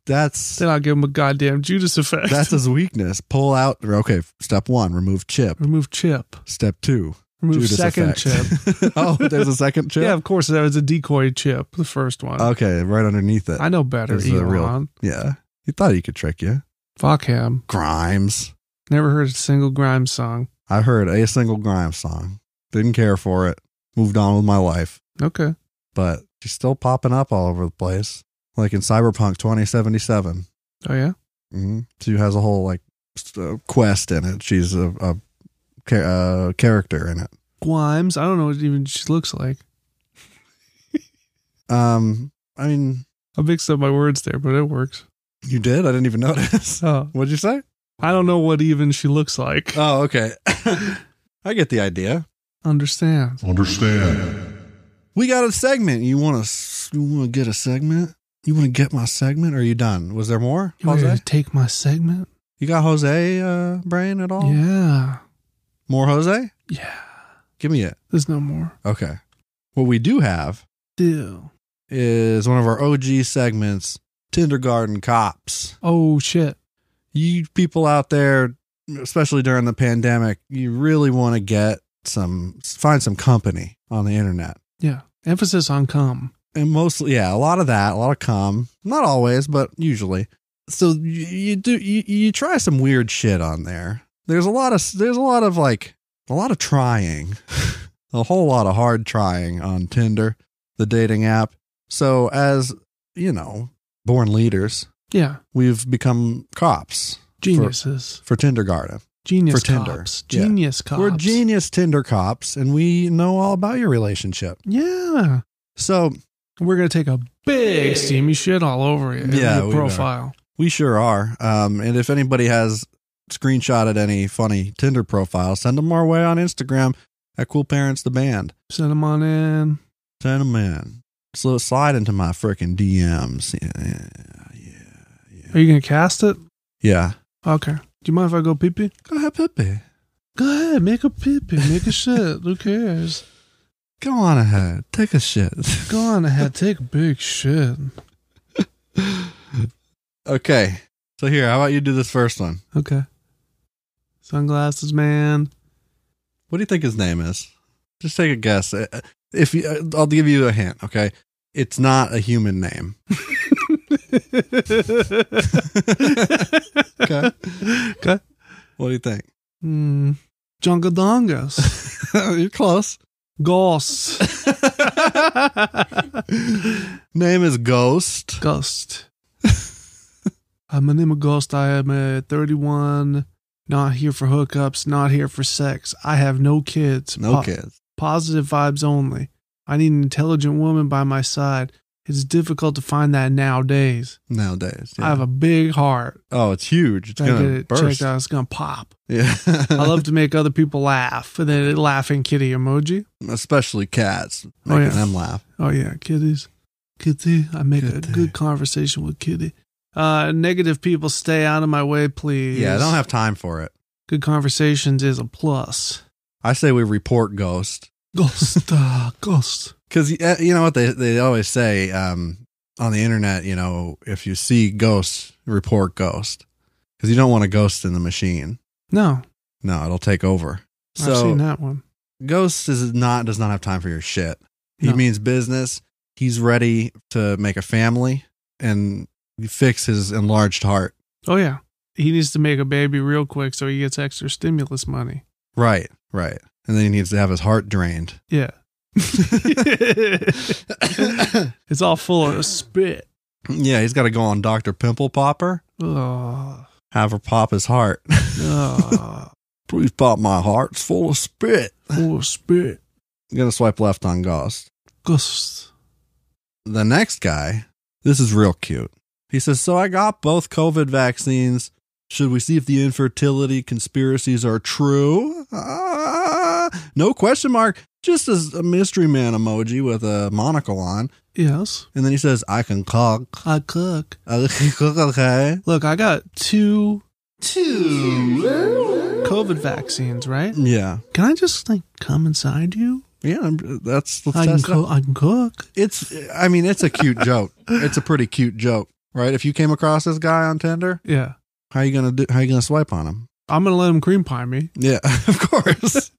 Speaker 2: that's
Speaker 1: Then I'll give him a goddamn Judas effect.
Speaker 2: that's his weakness. Pull out. Okay, step one, remove chip.
Speaker 1: remove chip.
Speaker 2: Step two,
Speaker 1: Remove
Speaker 2: Judas
Speaker 1: second chip.
Speaker 2: effect. oh, there's a second chip.
Speaker 1: Yeah, of course that was a decoy chip. The first one.
Speaker 2: Okay, right underneath it.
Speaker 1: I know better.
Speaker 2: This is a
Speaker 1: Elon.
Speaker 2: real- yeah, he thought he could trick you.
Speaker 1: Fuck him.
Speaker 2: Grimes.
Speaker 1: Never heard a single Grimes song.
Speaker 2: I heard a single Grimes song. Didn't care for it. Moved on with my life.
Speaker 1: Okay.
Speaker 2: But she's still popping up all over the place. Like in Cyberpunk 2077.
Speaker 1: Oh yeah.
Speaker 2: hmm She has a whole like s- uh, quest in it. She's a, a cha- uh, character in it.
Speaker 1: Grimes. I don't know what even she looks like.
Speaker 2: Um, I mean,
Speaker 1: I mixed up my words there, but it works.
Speaker 2: you did. I didn't even notice.
Speaker 1: Oh,
Speaker 2: What'd you say?
Speaker 1: I don't know what even she looks like.
Speaker 2: Oh, okay. I get the idea.
Speaker 1: Understand?
Speaker 5: Understand.
Speaker 2: We got a segment. You want to? You want to get a segment? You want to get my segment? Or are you done? Was there more?
Speaker 1: You want to take my segment?
Speaker 2: You got Jose uh, brain at all?
Speaker 1: Yeah.
Speaker 2: More Jose?
Speaker 1: Yeah.
Speaker 2: Give me it.
Speaker 1: There's no more.
Speaker 2: Okay. What we do have
Speaker 1: Do.
Speaker 2: is one of our OG segments, Kindergarten Cops.
Speaker 1: Oh shit.
Speaker 2: You people out there, especially during the pandemic, you really want to get some, find some company on the internet.
Speaker 1: Yeah. Emphasis on come.
Speaker 2: and mostly yeah a lot of that a lot of cum not always but usually so you, you do you, you try some weird shit on there there's a lot of there's a lot of like a lot of trying a whole lot of hard trying on tinder the dating app so as you know born leaders
Speaker 1: Yeah.
Speaker 2: we've become cops
Speaker 1: Geniuses.
Speaker 2: for kindergarten
Speaker 1: Genius
Speaker 2: for Tinder.
Speaker 1: cops.
Speaker 2: Yeah.
Speaker 1: Genius cops.
Speaker 2: we're genius tinder cops and we know all about your relationship
Speaker 1: Yeah.
Speaker 2: so
Speaker 1: We're gonna take a big steamy shit all over you.
Speaker 2: Yeah,
Speaker 1: Yeah.
Speaker 2: we
Speaker 1: Your
Speaker 2: better.
Speaker 1: profile.
Speaker 2: We sure are. Um, and if anybody has screenshotted any funny Tinder profile, send them our way on Instagram at Cool Parents the Band.
Speaker 1: Send them on in.
Speaker 2: Send them in. So slide into my freaking DMs. Yeah, yeah,
Speaker 1: Are you gonna cast it?
Speaker 2: yeah.
Speaker 1: Okay. Do you mind if I go pee pee?
Speaker 2: Go ahead, Pippi.
Speaker 1: Go ahead, make a pee pee, make a shit. Who cares?
Speaker 2: Go on ahead. Take a shit.
Speaker 1: Go on ahead, take a big shit.
Speaker 2: okay. So here, how about you do this first one?
Speaker 1: Okay. Sunglasses, man.
Speaker 2: What do you think his name is? Just take a guess. Uh, If you, uh, I'll give you a hint. Okay, it's not a human name. Okay.
Speaker 1: Okay.
Speaker 2: What do you think?
Speaker 1: Hmm. Jungadongas.
Speaker 2: You're close.
Speaker 1: Ghost.
Speaker 2: Name is Ghost.
Speaker 1: Ghost. Uh, my name is Ghost. I am uh, 31. Not here for hookups. Not here for sex. I have no kids.
Speaker 2: No
Speaker 1: Po-
Speaker 2: kids.
Speaker 1: positive vibes only. I need an intelligent woman by my side. It's difficult to find that nowadays.
Speaker 2: Nowadays. yeah.
Speaker 1: I have a big heart.
Speaker 2: oh, it's huge. It's
Speaker 1: I get
Speaker 2: gonna
Speaker 1: it
Speaker 2: burst.
Speaker 1: checked out. It's gonna pop.
Speaker 2: Yeah.
Speaker 1: I love to make other people laugh, and then a laughing kitty emoji.
Speaker 2: especially cats.
Speaker 1: Oh,
Speaker 2: Making
Speaker 1: yeah.
Speaker 2: them laugh.
Speaker 1: Oh yeah, kitties, kitty. I make
Speaker 2: Kitty.
Speaker 1: a good conversation with kitty. Uh, negative people stay out of my way, please.
Speaker 2: Yeah, I don't have time for it.
Speaker 1: good conversations is a plus.
Speaker 2: I say we report Ghost
Speaker 1: Ghost, uh, ghost.
Speaker 2: because eh, you know what they they always say um, on the internet. You know, if you see ghosts, report Ghost because you don't want a ghost in the machine.
Speaker 1: No,
Speaker 2: No, it'll take over.
Speaker 1: I've
Speaker 2: So
Speaker 1: seen that one.
Speaker 2: Ghost is not does not have time for your shit. He
Speaker 1: No.
Speaker 2: means business. He's ready to make a family and fix his enlarged heart.
Speaker 1: Oh yeah, he needs to make a baby real quick so he gets extra stimulus money.
Speaker 2: Right, right. And then he needs to have his heart drained.
Speaker 1: Yeah, it's all full of spit.
Speaker 2: yeah, he's got to go on Dr. Pimple Popper,
Speaker 1: Oh,
Speaker 2: have her pop his heart.
Speaker 1: oh,
Speaker 2: Please pop my heart. It's full of spit.
Speaker 1: full of spit.
Speaker 2: I'm going to swipe left on Ghost.
Speaker 1: Ghost.
Speaker 2: the next guy, this is real cute. He says, So I got both COVID vaccines. Should we see if the infertility conspiracies are true? Ah, no question mark. Just as a mystery man emoji with a monocle on.
Speaker 1: Yes.
Speaker 2: And then he says, I can cook.
Speaker 1: I cook.
Speaker 2: I can cook, okay.
Speaker 1: Look, I got two two COVID vaccines, right?
Speaker 2: Yeah.
Speaker 1: Can I just like come inside you?
Speaker 2: Yeah, I'm- that's. let's
Speaker 1: I can
Speaker 2: test that.
Speaker 1: cook. I can cook.
Speaker 2: It's, I mean, it's a cute joke. It's a pretty cute joke, right? If you came across this guy on Tinder,
Speaker 1: Yeah,
Speaker 2: how you gonna do? How you gonna swipe on him?
Speaker 1: I'm gonna let him cream pie me.
Speaker 2: Yeah, of course.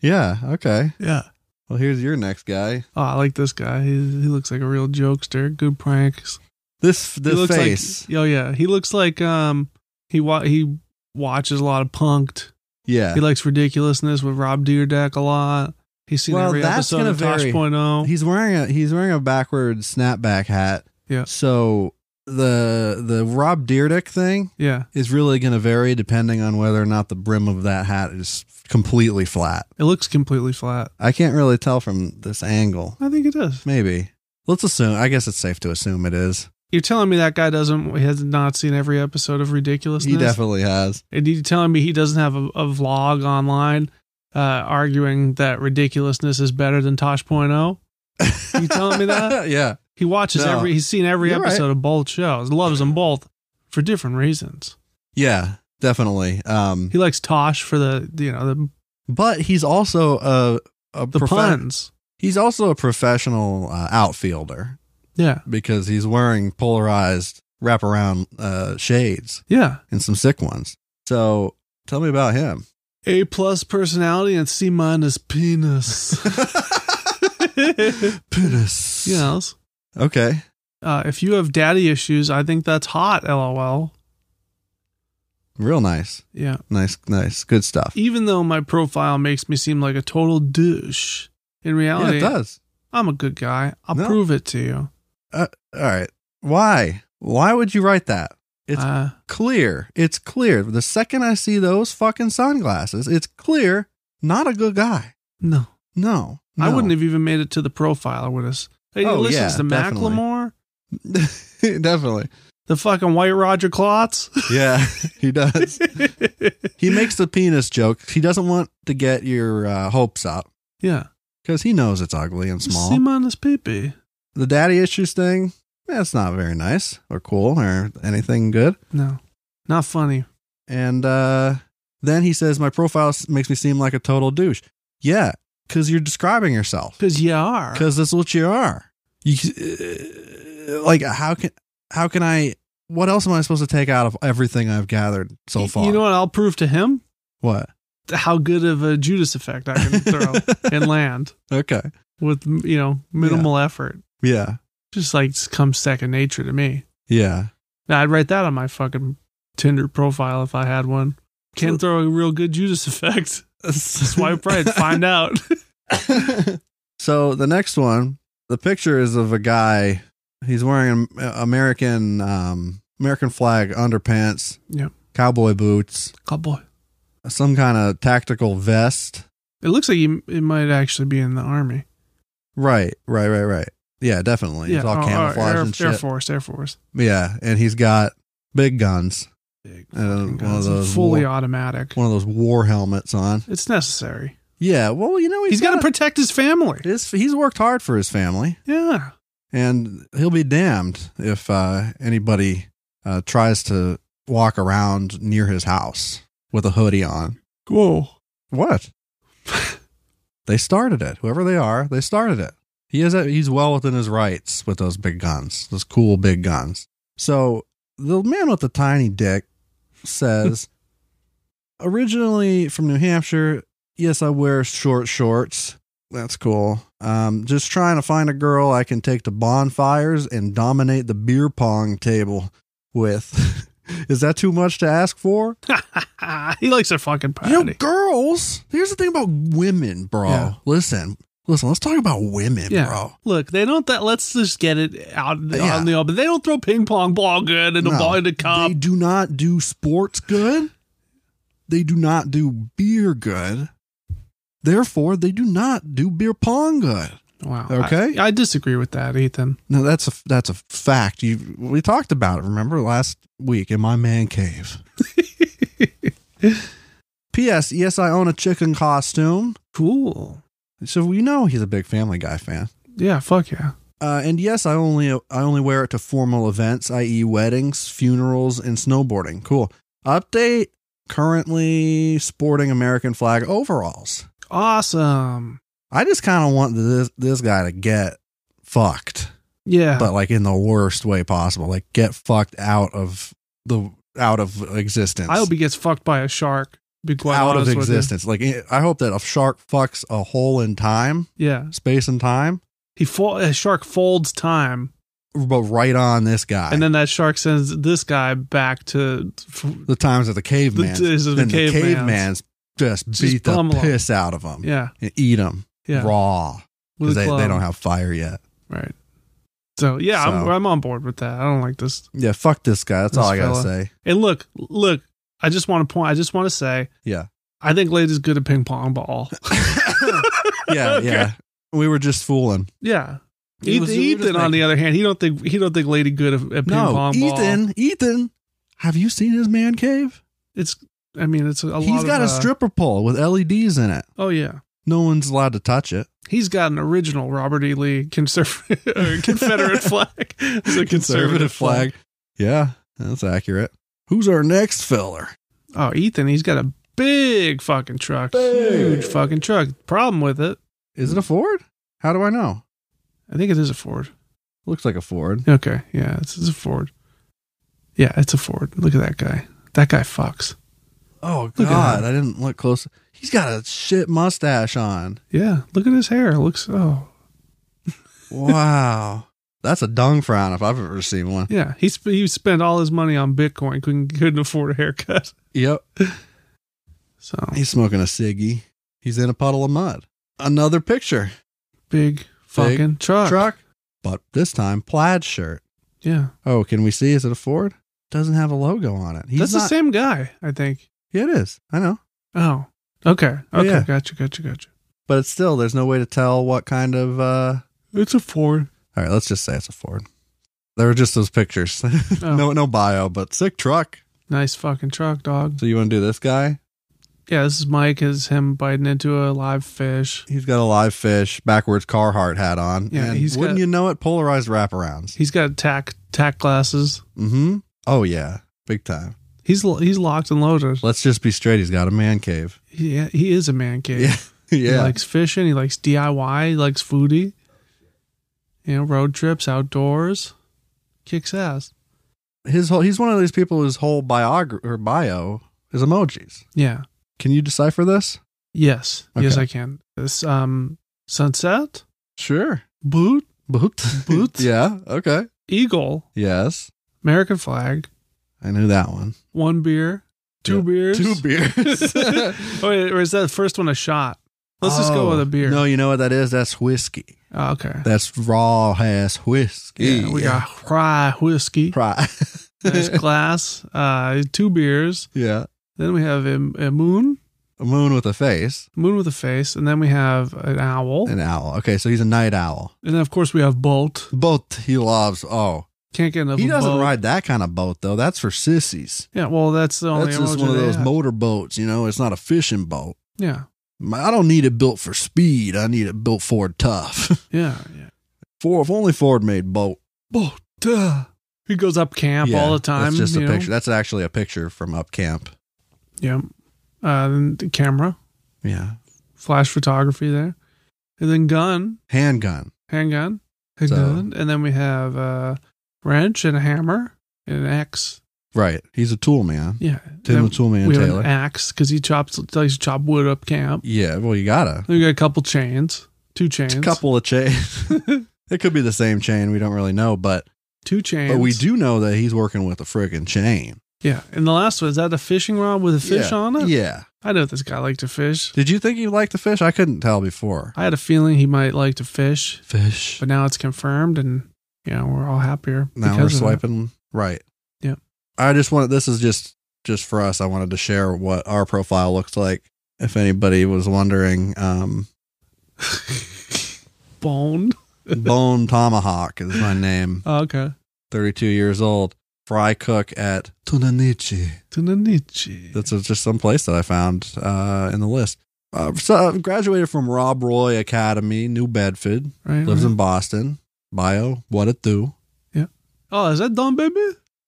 Speaker 2: yeah. Okay.
Speaker 1: Yeah.
Speaker 2: Well, here's your next guy.
Speaker 1: Oh, I like this guy. He, he looks like a real jokester. Good pranks.
Speaker 2: This
Speaker 1: He
Speaker 2: this
Speaker 1: looks
Speaker 2: face.
Speaker 1: Like, oh yeah, he looks like um he wa- he watches a lot of Punked.
Speaker 2: yeah.
Speaker 1: He likes ridiculousness with Rob Deerdeck a lot. He's seen
Speaker 2: Well,
Speaker 1: every
Speaker 2: that's
Speaker 1: episode
Speaker 2: gonna
Speaker 1: of Tosh
Speaker 2: vary.
Speaker 1: Point oh.
Speaker 2: he's wearing a he's wearing a backwards snapback hat.
Speaker 1: Yeah.
Speaker 2: So the the Rob Deerdick thing
Speaker 1: Yeah,
Speaker 2: is really going to vary depending on whether or not the brim of that hat is completely flat.
Speaker 1: it looks completely flat.
Speaker 2: I can't really tell from this angle.
Speaker 1: I think it does.
Speaker 2: Maybe. Let's assume. I guess it's safe to assume it is.
Speaker 1: You're telling me that guy doesn't he has not seen every episode of Ridiculousness?
Speaker 2: He definitely has.
Speaker 1: And you're telling me he doesn't have a, a vlog online uh, arguing that ridiculousness is better than Tosh.0? You telling me that?
Speaker 2: yeah.
Speaker 1: He watches
Speaker 2: No.
Speaker 1: every he's seen every
Speaker 2: You're right.
Speaker 1: episode of both shows, loves them both for different reasons.
Speaker 2: Yeah, definitely. Um
Speaker 1: He likes Tosh for the you know the
Speaker 2: but he's also a a
Speaker 1: the
Speaker 2: profe-
Speaker 1: puns.
Speaker 2: He's also a professional uh, outfielder
Speaker 1: Yeah.
Speaker 2: because he's wearing polarized wraparound uh shades
Speaker 1: Yeah.
Speaker 2: and some sick ones. So, tell me about him.
Speaker 1: A plus personality and C minus penis.
Speaker 2: Penis.
Speaker 1: you know, it's-
Speaker 2: Okay.
Speaker 1: uh, if you have daddy issues, I think that's hot. LOL.
Speaker 2: Real nice.
Speaker 1: Yeah.
Speaker 2: Nice nice. Good stuff.
Speaker 1: even though my profile makes me seem like a total douche, in
Speaker 2: Yeah,
Speaker 1: reality,
Speaker 2: it does.
Speaker 1: I'm a good guy. I'll
Speaker 2: No.
Speaker 1: prove it to you.
Speaker 2: All right. Why? Why would you write that? It's
Speaker 1: Uh,
Speaker 2: clear. It's clear. The second I see those fucking sunglasses, it's clear. Not a good guy.
Speaker 1: no.
Speaker 2: No.
Speaker 1: I wouldn't have even made it to the profile. I would have. Hey,
Speaker 2: Oh,
Speaker 1: listens
Speaker 2: yeah,
Speaker 1: to
Speaker 2: definitely.
Speaker 1: Macklemore,
Speaker 2: have. Definitely.
Speaker 1: the fucking White Roger Klotz.
Speaker 2: Yeah, he does. he makes the penis joke. He doesn't want to get your uh, hopes up
Speaker 1: yeah.
Speaker 2: because he knows it's ugly and
Speaker 1: C
Speaker 2: small.
Speaker 1: minus PP.
Speaker 2: The daddy issues thing, that's not very nice or cool or anything good.
Speaker 1: No. Not funny.
Speaker 2: And uh, then he says, My profile s- makes me seem like a total douche. Yeah, because you're describing yourself.
Speaker 1: Because you are.
Speaker 2: Because that's what you are. You, uh, like, how can, how can I, what else am I supposed to take out of everything I've gathered so
Speaker 1: Y-
Speaker 2: far?
Speaker 1: You know what? I'll prove to him
Speaker 2: what?
Speaker 1: how good of a Judas effect I can throw and land
Speaker 2: Okay.
Speaker 1: with, you know, minimal effort.
Speaker 2: Yeah.
Speaker 1: Just like comes second nature to me.
Speaker 2: Yeah.
Speaker 1: Now, I'd write that on my fucking Tinder profile if I had one. Can
Speaker 2: So-
Speaker 1: throw a real good Judas effect. Swipe right, find out.
Speaker 2: so the next one, the picture is of a guy. He's wearing an American, um, American flag underpants.
Speaker 1: Yep.
Speaker 2: Cowboy boots.
Speaker 1: Cowboy.
Speaker 2: some kind of tactical vest.
Speaker 1: It looks like he, it might actually be in the army.
Speaker 2: Right, right, right, right. Yeah, definitely. it's all
Speaker 1: oh,
Speaker 2: camouflage
Speaker 1: Air,
Speaker 2: and shit.
Speaker 1: Air Force, Air Force.
Speaker 2: Yeah, and he's got big guns,
Speaker 1: Big
Speaker 2: Uh, one of
Speaker 1: fucking guns,
Speaker 2: those
Speaker 1: fully
Speaker 2: war-
Speaker 1: automatic.
Speaker 2: one of those war helmets on.
Speaker 1: It's necessary.
Speaker 2: Yeah, well, you know
Speaker 1: He's got to
Speaker 2: gotta-
Speaker 1: protect his family.
Speaker 2: his, he's worked hard for his family,
Speaker 1: Yeah.
Speaker 2: and he'll be damned if uh, anybody uh, tries to walk around near his house with a hoodie on.
Speaker 1: Whoa.
Speaker 2: What? they started it. Whoever they are, they started it. He is a, he's well within his rights with those big guns, those cool big guns. So the man with the tiny dick says, originally from New Hampshire, yes, I wear short shorts. That's cool. Um, just trying to find a girl I can take to bonfires and dominate the beer pong table with. is that too much to ask for?
Speaker 1: he likes a fucking party.
Speaker 2: You know, girls. Here's the thing about women, bro.
Speaker 1: Yeah.
Speaker 2: Listen, listen. Let's talk about women,
Speaker 1: yeah.
Speaker 2: bro.
Speaker 1: Look, they don't. Th- let's just get it out in the-
Speaker 2: Yeah.
Speaker 1: out in the open. They don't throw ping pong ball good and the
Speaker 2: No,
Speaker 1: ball in the cup.
Speaker 2: They do not do sports good. They do not do beer good. Therefore, they do not do beer pong good.
Speaker 1: Wow.
Speaker 2: Okay.
Speaker 1: I, I disagree with that, Ethan.
Speaker 2: No, that's a that's a fact. You we talked about it. Remember last week in my man cave. P.S. Yes, I own a chicken costume.
Speaker 1: Cool.
Speaker 2: So we know he's a big Family Guy fan.
Speaker 1: Yeah. Fuck yeah.
Speaker 2: Uh, and yes, I only I only wear it to formal events, i.e., weddings, funerals, and snowboarding. Cool. Update: Currently sporting American flag overalls.
Speaker 1: Awesome.
Speaker 2: I just kind of want this this guy to get fucked.
Speaker 1: Yeah.
Speaker 2: but like in the worst way possible. Like get fucked out of the out of existence.
Speaker 1: I hope he gets fucked by a shark. Be quite
Speaker 2: out of
Speaker 1: honest with you.
Speaker 2: existence. Like eh, I hope that a shark fucks a hole in time,
Speaker 1: Yeah.
Speaker 2: space and time,
Speaker 1: He fo- a shark folds time,
Speaker 2: but right on this guy.
Speaker 1: and then that shark sends this guy back to.
Speaker 2: the times of the caveman,
Speaker 1: The days of the
Speaker 2: then the
Speaker 1: cavemans.
Speaker 2: caveman's just
Speaker 1: Just
Speaker 2: beat the
Speaker 1: pummel 'em.
Speaker 2: piss out of them
Speaker 1: Yeah.
Speaker 2: and eat them
Speaker 1: Yeah.
Speaker 2: raw
Speaker 1: with a
Speaker 2: because they,
Speaker 1: club.
Speaker 2: they don't have fire yet.
Speaker 1: Right. So yeah, I'm,
Speaker 2: So-
Speaker 1: I'm on board with that. I don't like this.
Speaker 2: Yeah, fuck this guy. That's
Speaker 1: This
Speaker 2: all I gotta
Speaker 1: fella.
Speaker 2: say.
Speaker 1: And look, look, I just want to point. I just want to say,
Speaker 2: Yeah,
Speaker 1: I think Lady's good at ping pong ball.
Speaker 2: yeah,
Speaker 1: Okay.
Speaker 2: yeah. We were just fooling.
Speaker 1: Yeah.
Speaker 2: He
Speaker 1: Ethan,
Speaker 2: was- he
Speaker 1: Ethan
Speaker 2: was
Speaker 1: on the
Speaker 2: making-
Speaker 1: other hand, he don't think he don't think Lady good at, at ping
Speaker 2: No,
Speaker 1: pong ball.
Speaker 2: Ethan, Ethan, have you seen his man cave?
Speaker 1: it's I mean it's a lot.
Speaker 2: He's got
Speaker 1: of,
Speaker 2: a
Speaker 1: uh,
Speaker 2: stripper pole with LEDs in it.
Speaker 1: Oh yeah,
Speaker 2: No one's allowed to touch it.
Speaker 1: he's got an original Robert E. Lee conserv- or Confederate flag. It's a conservative, flag.
Speaker 2: Yeah, that's accurate. Who's our next feller?
Speaker 1: Oh, Ethan, he's got a big fucking truck, huge fucking truck. Problem with it,
Speaker 2: Is it a Ford? How do I know?
Speaker 1: I think it is a Ford.
Speaker 2: Looks like a Ford.
Speaker 1: Okay, yeah, it's, it's a Ford. Yeah, it's a Ford. Look at that guy. That guy fucks.
Speaker 2: Oh
Speaker 1: Look at
Speaker 2: God,
Speaker 1: him.
Speaker 2: I didn't look close. He's got a shit mustache on.
Speaker 1: Yeah, look at his hair. It looks oh
Speaker 2: Wow, that's a dung frown if I've ever seen one.
Speaker 1: Yeah, he sp- he spent all his money on Bitcoin, couldn't couldn't afford a haircut.
Speaker 2: Yep,
Speaker 1: So
Speaker 2: he's smoking a ciggy. He's in a puddle of mud. Another picture.
Speaker 1: big fucking truck.
Speaker 2: truck, but this time plaid shirt.
Speaker 1: Yeah,
Speaker 2: Oh, can we see? Is it a Ford? Doesn't have a logo on it. He's
Speaker 1: that's
Speaker 2: not,
Speaker 1: the same guy, I think.
Speaker 2: Yeah, it is. I know,
Speaker 1: Oh, okay,
Speaker 2: Oh,
Speaker 1: okay,
Speaker 2: yeah.
Speaker 1: gotcha, gotcha, gotcha.
Speaker 2: but it's still there's no way to tell what kind of. uh
Speaker 1: It's a Ford.
Speaker 2: All right, let's just say it's a Ford. There are just those pictures.
Speaker 1: Oh.
Speaker 2: no, no bio, but sick truck.
Speaker 1: Nice fucking truck, dog.
Speaker 2: So you want to do this guy?
Speaker 1: Yeah, this is Mike. Is him biting into a live fish.
Speaker 2: He's got a live fish, backwards Carhartt hat on.
Speaker 1: Yeah,
Speaker 2: and
Speaker 1: he's
Speaker 2: wouldn't
Speaker 1: got-
Speaker 2: you know it? Polarized wraparounds.
Speaker 1: He's got tack tack glasses.
Speaker 2: Mm-hmm. Oh yeah, big time.
Speaker 1: He's lo- he's locked and loaded.
Speaker 2: Let's just be straight. He's got a man cave.
Speaker 1: He he is a man cave.
Speaker 2: Yeah, yeah.
Speaker 1: He likes fishing. He likes DIY. He likes foodie. You know, road trips, outdoors, kicks ass.
Speaker 2: his whole he's one of these people whose whole biography or bio is emojis.
Speaker 1: Yeah.
Speaker 2: Can you decipher this?
Speaker 1: Yes. Yes,
Speaker 2: Okay.
Speaker 1: I can. This um sunset,
Speaker 2: Sure.
Speaker 1: boot,
Speaker 2: Boot.
Speaker 1: Boot?
Speaker 2: yeah. Okay.
Speaker 1: eagle,
Speaker 2: Yes.
Speaker 1: American flag,
Speaker 2: I knew that one.
Speaker 1: one beer, two
Speaker 2: Yeah.
Speaker 1: beers,
Speaker 2: Two beers.
Speaker 1: oh, wait, or is that the first one a shot? Let's just go
Speaker 2: Oh,
Speaker 1: with a beer.
Speaker 2: No, you know what that is? That's whiskey.
Speaker 1: Oh, okay.
Speaker 2: That's raw ass whiskey.
Speaker 1: Yeah, we got cry whiskey,
Speaker 2: Pri-
Speaker 1: nice glass, uh, two beers.
Speaker 2: yeah.
Speaker 1: Then we have a, a moon,
Speaker 2: A moon with a face.
Speaker 1: moon with a face, and then we have an owl,
Speaker 2: An owl. Okay, so he's a night owl.
Speaker 1: and then of course we have boat.
Speaker 2: Boat he loves. Oh.
Speaker 1: Can't get enough.
Speaker 2: He
Speaker 1: of
Speaker 2: doesn't
Speaker 1: boat.
Speaker 2: ride that kind of boat though. That's for sissies.
Speaker 1: Yeah, well, that's the only.
Speaker 2: That's just
Speaker 1: emoji
Speaker 2: one of
Speaker 1: they
Speaker 2: those
Speaker 1: have.
Speaker 2: motor boats, you know, it's not a fishing boat.
Speaker 1: Yeah,
Speaker 2: My- I don't need it built for speed. I need it built for tough.
Speaker 1: yeah, yeah.
Speaker 2: For if only Ford made boat.
Speaker 1: Boat. uh, He goes up camp all the time.
Speaker 2: That's just a
Speaker 1: you know?
Speaker 2: picture. That's actually a picture from up camp.
Speaker 1: Yeah. Uh, then the camera,
Speaker 2: Yeah,
Speaker 1: flash photography there, and then gun,
Speaker 2: handgun.
Speaker 1: handgun, handgun, and then we have uh, wrench and a hammer and an axe.
Speaker 2: Right. He's a tool man.
Speaker 1: Yeah,
Speaker 2: Tim
Speaker 1: Then
Speaker 2: the tool man
Speaker 1: we have
Speaker 2: Taylor.
Speaker 1: an axe because he chops likes to chop wood up camp.
Speaker 2: yeah. Well, you gotta.
Speaker 1: Then we got a couple chains, two chains,
Speaker 2: It's a couple of chains. it could be the same chain. We don't really know, but
Speaker 1: two chains.
Speaker 2: but we do know that he's working with a freaking chain.
Speaker 1: Yeah, and the last one is that a fishing rod with a fish
Speaker 2: yeah.
Speaker 1: on it.
Speaker 2: Yeah.
Speaker 1: I know this guy liked to fish.
Speaker 2: Did you think he liked the fish? I couldn't tell before.
Speaker 1: I had a feeling he might like to fish,
Speaker 2: Fish.
Speaker 1: but now it's confirmed, and you know we're all happier.
Speaker 2: Now
Speaker 1: because
Speaker 2: we're
Speaker 1: of it.
Speaker 2: swiping right.
Speaker 1: Yeah.
Speaker 2: I just wanted this is just just for us. I wanted to share what our profile looks like. If anybody was wondering, um
Speaker 1: Bone.
Speaker 2: Bone Tomahawk is my name.
Speaker 1: Oh, okay.
Speaker 2: 32 years old. Fry cook at Tunanichi.
Speaker 1: Tunanichi.
Speaker 2: That's uh, just some place that I found uh, in the list. Uh, so I graduated from Rob Roy Academy, New Bedford.
Speaker 1: right.
Speaker 2: Lives
Speaker 1: right.
Speaker 2: in Boston. Bio, what it do?
Speaker 1: oh, is that Don Baby?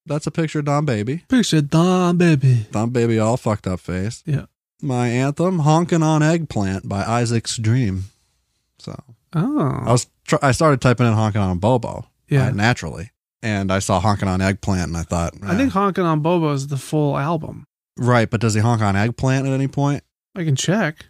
Speaker 2: That's a picture of Don Baby.
Speaker 1: Picture Don Baby.
Speaker 2: Don Baby, all fucked up face.
Speaker 1: Yeah.
Speaker 2: My anthem, "Honkin' on Eggplant" by Isaac's Dream. So I
Speaker 1: Oh.
Speaker 2: was tr- I started typing in "Honkin' on Bobo"
Speaker 1: Yeah.
Speaker 2: uh, naturally, and I saw "Honkin' on Eggplant" and I thought,
Speaker 1: I think
Speaker 2: eh,
Speaker 1: Honkin' on Bobo is the full album.
Speaker 2: right, but does he honk on Eggplant at any point?
Speaker 1: I can check.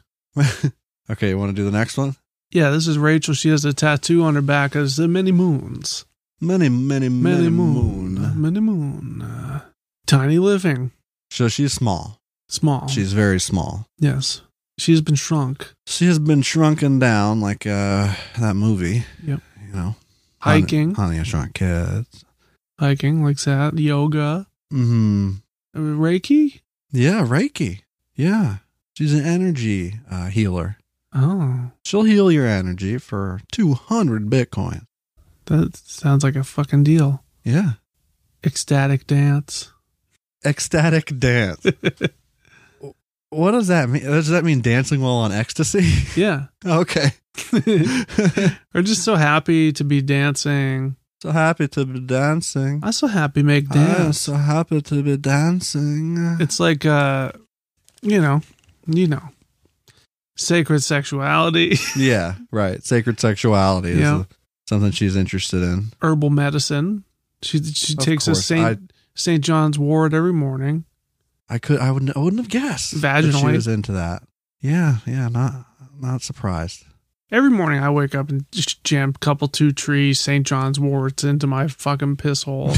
Speaker 2: okay, you want to do the next one?
Speaker 1: Yeah, this is Rachel. She has a tattoo on her back as the many moons.
Speaker 2: Many, many, many, moon.
Speaker 1: Many moon. Uh, tiny living.
Speaker 2: So she's small.
Speaker 1: Small.
Speaker 2: She's very small.
Speaker 1: yes. She's been shrunk.
Speaker 2: She has been shrunken down like uh, that movie.
Speaker 1: Yep.
Speaker 2: You know, Honey-
Speaker 1: Hiking.
Speaker 2: Honey, I Shrunk Kids.
Speaker 1: Hiking like that. Yoga.
Speaker 2: Hmm.
Speaker 1: Uh, Reiki?
Speaker 2: Yeah, Reiki. Yeah, she's an energy uh, healer.
Speaker 1: Oh.
Speaker 2: She'll heal your energy for two hundred Bitcoin.
Speaker 1: That sounds like a fucking deal.
Speaker 2: Yeah.
Speaker 1: Ecstatic dance.
Speaker 2: Ecstatic dance. what does that mean? Does that mean dancing while on ecstasy?
Speaker 1: Yeah.
Speaker 2: okay.
Speaker 1: Or just so happy to be dancing.
Speaker 2: so happy to be dancing.
Speaker 1: I'm so happy make
Speaker 2: I'm
Speaker 1: dance.
Speaker 2: Ah, so happy to be dancing.
Speaker 1: It's like uh you know, you know. Sacred sexuality,
Speaker 2: yeah, right. Sacred sexuality is
Speaker 1: Yeah.
Speaker 2: uh, something she's interested in.
Speaker 1: herbal medicine. She she
Speaker 2: Of
Speaker 1: takes a
Speaker 2: course,
Speaker 1: Saint Saint John's wort every morning.
Speaker 2: I could. I wouldn't. I wouldn't have guessed. that She
Speaker 1: Vaginally.
Speaker 2: was into that. Yeah. Yeah. Not. Not surprised.
Speaker 1: Every morning I wake up and just jam couple two trees Saint John's warts into my fucking piss hole.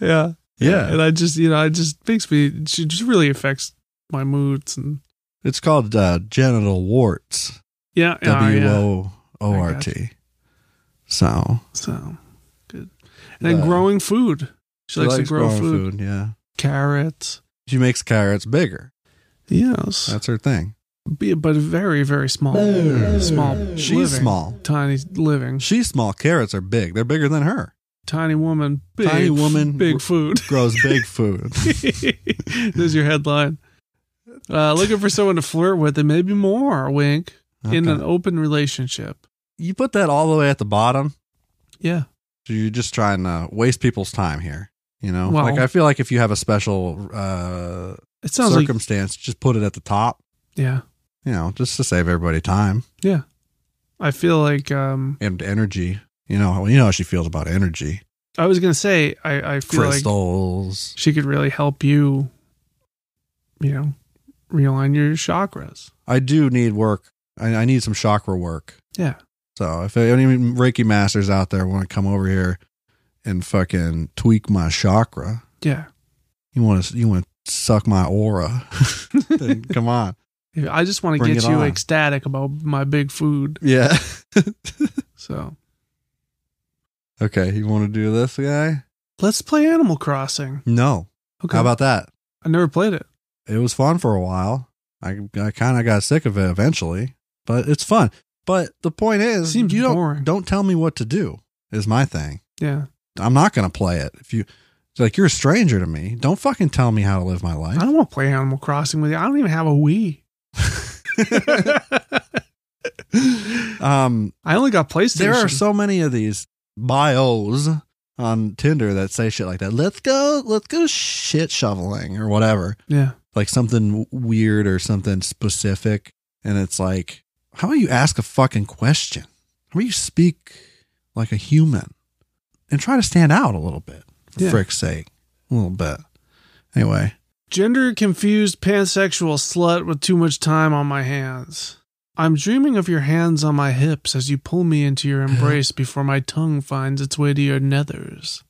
Speaker 1: yeah.
Speaker 2: yeah.
Speaker 1: And I just you know, I just makes me she just really affects my moods and
Speaker 2: It's called uh, genital warts.
Speaker 1: yeah, Ah, yeah,
Speaker 2: W
Speaker 1: yeah.
Speaker 2: o o r t. So
Speaker 1: So good. And then
Speaker 2: Yeah.
Speaker 1: growing food. She, likes, to grow
Speaker 2: growing
Speaker 1: food.
Speaker 2: Yeah.
Speaker 1: Carrots.
Speaker 2: She makes carrots bigger.
Speaker 1: Yes.
Speaker 2: That's her thing.
Speaker 1: Be- but very, very small. Small.
Speaker 2: She's
Speaker 1: living.
Speaker 2: small.
Speaker 1: Tiny living.
Speaker 2: She's small. Carrots are big. They're bigger than her.
Speaker 1: Tiny woman. Big,
Speaker 2: Tiny woman.
Speaker 1: Big food.
Speaker 2: Grows big food.
Speaker 1: There's your headline. Uh, looking for someone to flirt with and maybe more, wink, in
Speaker 2: Okay.
Speaker 1: an open relationship.
Speaker 2: you put that all the way at the bottom.
Speaker 1: Yeah.
Speaker 2: So you're just trying to waste people's time here. You know,
Speaker 1: Well-
Speaker 2: like I feel like if you have a special uh,
Speaker 1: It sounds like.
Speaker 2: circumstance, just put it at the top.
Speaker 1: Yeah.
Speaker 2: You know, just to save everybody time
Speaker 1: Yeah. I feel like um,
Speaker 2: and energy. You know, you know how she feels about energy,
Speaker 1: I was going to say, I, I feel like
Speaker 2: crystals.
Speaker 1: she could really help you, you know, realign your chakras.
Speaker 2: I do need work. I, I need some chakra work.
Speaker 1: Yeah.
Speaker 2: So if any Reiki masters out there want to come over here and fucking tweak my chakra,
Speaker 1: Yeah.
Speaker 2: you want to you want to suck my aura? then come on,
Speaker 1: I just want to
Speaker 2: Bring
Speaker 1: get
Speaker 2: it
Speaker 1: you
Speaker 2: on.
Speaker 1: ecstatic about my big food.
Speaker 2: yeah.
Speaker 1: So
Speaker 2: okay, you want to do this guy?
Speaker 1: let's play Animal Crossing.
Speaker 2: No.
Speaker 1: Okay.
Speaker 2: How about that?
Speaker 1: I never played it.
Speaker 2: It was fun for a while. I, I kind of got sick of it eventually, but it's fun. But the point is,
Speaker 1: Seems
Speaker 2: you don't
Speaker 1: boring.
Speaker 2: don't tell me what to do is my thing.
Speaker 1: Yeah.
Speaker 2: I'm not going to play it. If you it's like you're a stranger to me, don't fucking tell me how to live my
Speaker 1: I
Speaker 2: life.
Speaker 1: don't want to play Animal Crossing with you. I don't even have a Wii.
Speaker 2: Um
Speaker 1: I only got PlayStation.
Speaker 2: there are so many of these bios on Tinder that say shit like that. Let's go let's go shit shoveling or whatever.
Speaker 1: yeah.
Speaker 2: like something weird or something specific. And it's like, how about you ask a fucking question? How about you speak like a human and try to stand out a little bit, for
Speaker 1: Yeah.
Speaker 2: frick's sake? A little bit. Anyway,
Speaker 1: Gender confused pansexual slut with too much time on my hands. I'm dreaming of your hands on my hips as you pull me into your embrace before my tongue finds its way to your nethers.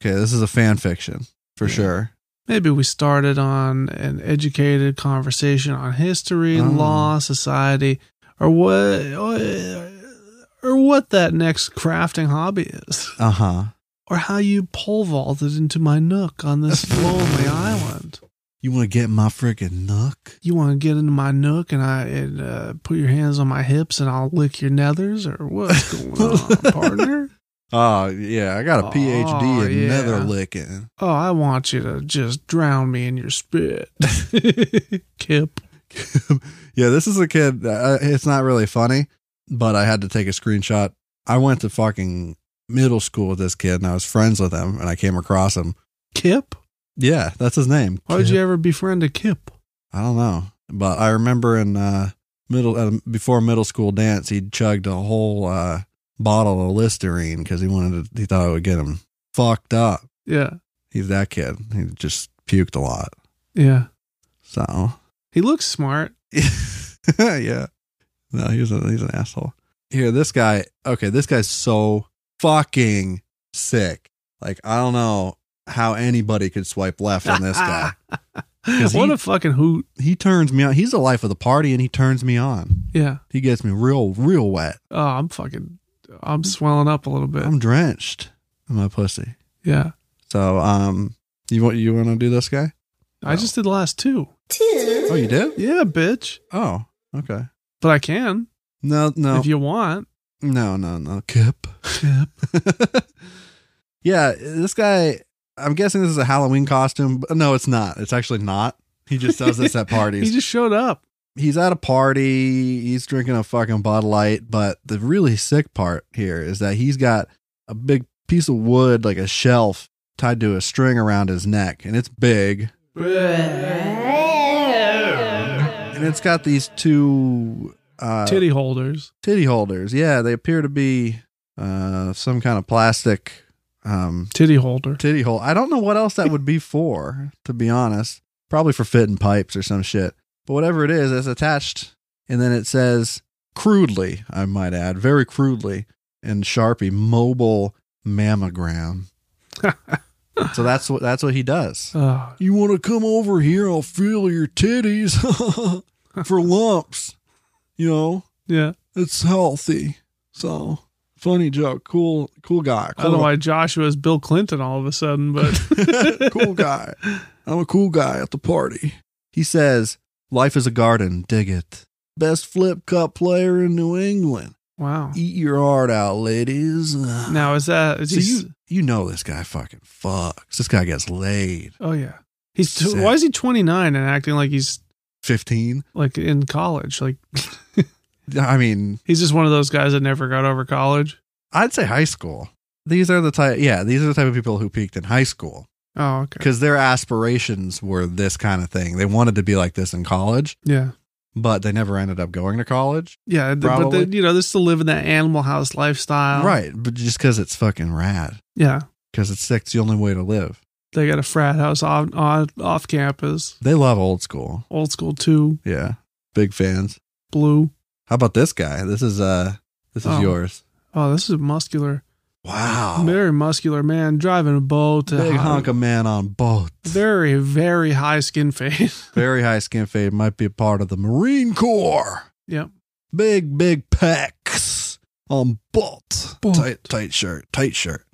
Speaker 2: okay, this is a fan fiction for sure.
Speaker 1: Maybe we started on an educated conversation on history,
Speaker 2: Oh.
Speaker 1: law, society, or what, or what that next crafting hobby is,
Speaker 2: Uh huh.
Speaker 1: or how you pole vaulted into my nook on this lonely island.
Speaker 2: You want to get in my freaking nook?
Speaker 1: You want to get into my nook and I and uh, put your hands on my hips and I'll lick your nethers or what's going on, partner?
Speaker 2: Oh, yeah. I got a PhD
Speaker 1: Oh,
Speaker 2: in
Speaker 1: yeah.
Speaker 2: nether licking.
Speaker 1: Oh, I want you to just drown me in your spit, Kip.
Speaker 2: yeah, this is a kid. Uh, it's not really funny, but I had to take a screenshot. I went to fucking middle school with this kid and I was friends with him and I came across him.
Speaker 1: Kip?
Speaker 2: Yeah, that's his name.
Speaker 1: Why would you ever befriend a Kip?
Speaker 2: I don't know, but I remember in uh, middle uh, before middle school dance, he chugged a whole uh, bottle of Listerine because he wanted to, he thought it would get him fucked up.
Speaker 1: Yeah,
Speaker 2: He's that kid. He just puked a lot.
Speaker 1: yeah.
Speaker 2: So
Speaker 1: He looks smart.
Speaker 2: yeah, no, he's a, he's an asshole. Here, this guy. Okay, this guy's so fucking sick. Like I don't know how anybody could swipe left on this guy.
Speaker 1: what
Speaker 2: 'Cause he-
Speaker 1: a fucking hoot.
Speaker 2: He turns me on. He's the life of the party, and he turns me on.
Speaker 1: Yeah.
Speaker 2: He gets me real, real wet.
Speaker 1: Oh, I'm fucking, I'm swelling up a little bit.
Speaker 2: I'm drenched in my pussy.
Speaker 1: yeah.
Speaker 2: So, um, you want you want to do this guy?
Speaker 1: I just did the last two.
Speaker 2: Oh, you did?
Speaker 1: Yeah, bitch.
Speaker 2: Oh, okay.
Speaker 1: But I can
Speaker 2: No, no,
Speaker 1: if you want.
Speaker 2: no, no, no. Kip.
Speaker 1: Kip.
Speaker 2: yeah, this guy. I'm guessing this is a Halloween costume. But no, it's not. It's actually not. He just does this at parties.
Speaker 1: He just showed up.
Speaker 2: he's at a party. He's drinking a fucking Bud Light. But the really sick part here is that he's got a big piece of wood, like a shelf, tied to a string around his neck, and it's big. and it's got these two uh,
Speaker 1: Titty holders.
Speaker 2: titty holders. Yeah, they appear to be uh, some kind of plastic um,
Speaker 1: Titty holder.
Speaker 2: titty hole. I don't know what else that would be for, to be honest. Probably for fitting pipes or some shit. But whatever it is, it's attached. And then it says, crudely, I might add, very crudely, in Sharpie, mobile mammogram. so that's what that's what he does.
Speaker 1: Oh,
Speaker 2: You want to come over here? I'll feel your titties for lumps. You know,
Speaker 1: yeah.
Speaker 2: it's healthy. So funny joke. Cool, cool guy.
Speaker 1: I don't know why Joshua's Bill Clinton all of a sudden, but
Speaker 2: cool guy. I'm a cool guy at the party. He says, Life is a garden. Dig it. Best flip cup player in New England.
Speaker 1: wow.
Speaker 2: Eat your heart out, ladies.
Speaker 1: Now is that is
Speaker 2: So
Speaker 1: he?
Speaker 2: you, you know this guy fucking fucks. This guy gets laid.
Speaker 1: oh yeah. He's tw-
Speaker 2: Sick.
Speaker 1: why is he 29 and acting like he's
Speaker 2: 15.
Speaker 1: like in college? Like
Speaker 2: I mean,
Speaker 1: he's just one of those guys that never got over college.
Speaker 2: I'd say high school. These are the type, yeah, these are the type of people who peaked in high school
Speaker 1: Oh okay.
Speaker 2: because their aspirations were this kind of thing. They wanted to be like this in college,
Speaker 1: Yeah.
Speaker 2: but they never ended up going to college.
Speaker 1: Yeah, th- but
Speaker 2: Probably.
Speaker 1: they, you know they're still living that animal house lifestyle,
Speaker 2: Right, but just because it's fucking rad,
Speaker 1: Yeah,
Speaker 2: because it's sick, it's the only way to live.
Speaker 1: they got a frat house on, on off campus,
Speaker 2: They love old school.
Speaker 1: old school too,
Speaker 2: Yeah, big fans.
Speaker 1: blue.
Speaker 2: How about this guy? This is uh, this is
Speaker 1: Oh.
Speaker 2: yours.
Speaker 1: Oh, this is a muscular,
Speaker 2: Wow,
Speaker 1: very muscular man driving a boat. to
Speaker 2: Oh. big
Speaker 1: high-
Speaker 2: hunk of man on boat.
Speaker 1: very very high skin face.
Speaker 2: Very high skin fade. Might be a part of the Marine Corps.
Speaker 1: yep.
Speaker 2: Big big pecs on boat.
Speaker 1: Boat.
Speaker 2: Tight tight shirt. Tight shirt.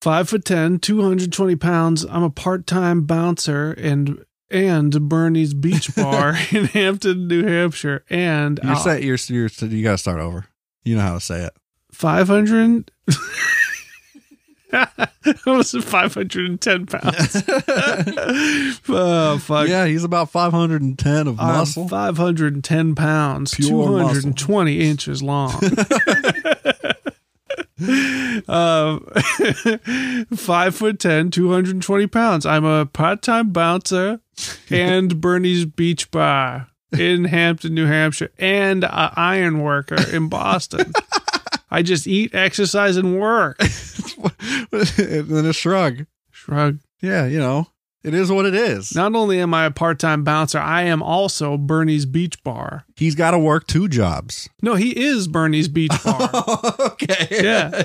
Speaker 1: Five foot ten, 220 pounds. I'm a part time bouncer and and Bernie's Beach Bar in Hampton, New Hampshire. And
Speaker 2: You're
Speaker 1: uh,
Speaker 2: say, you're, you're you gotta start over. You know how to say it.
Speaker 1: 500. Almost 510 pounds. oh, fuck.
Speaker 2: yeah, he's about 510 of
Speaker 1: I'm
Speaker 2: muscle.
Speaker 1: 510 pounds,
Speaker 2: Pure
Speaker 1: 220 inches long. um, five foot ten, 220 pounds. I'm a part time bouncer and Bernie's Beach Bar in Hampton, New Hampshire, and a iron worker in Boston. I just eat, exercise, and work.
Speaker 2: and then a shrug.
Speaker 1: Shrug.
Speaker 2: Yeah, you know, it is what it is.
Speaker 1: Not only am I a part time bouncer, I am also Bernie's Beach Bar.
Speaker 2: He's got to work two jobs.
Speaker 1: No, he is Bernie's Beach Bar.
Speaker 2: okay.
Speaker 1: Yeah.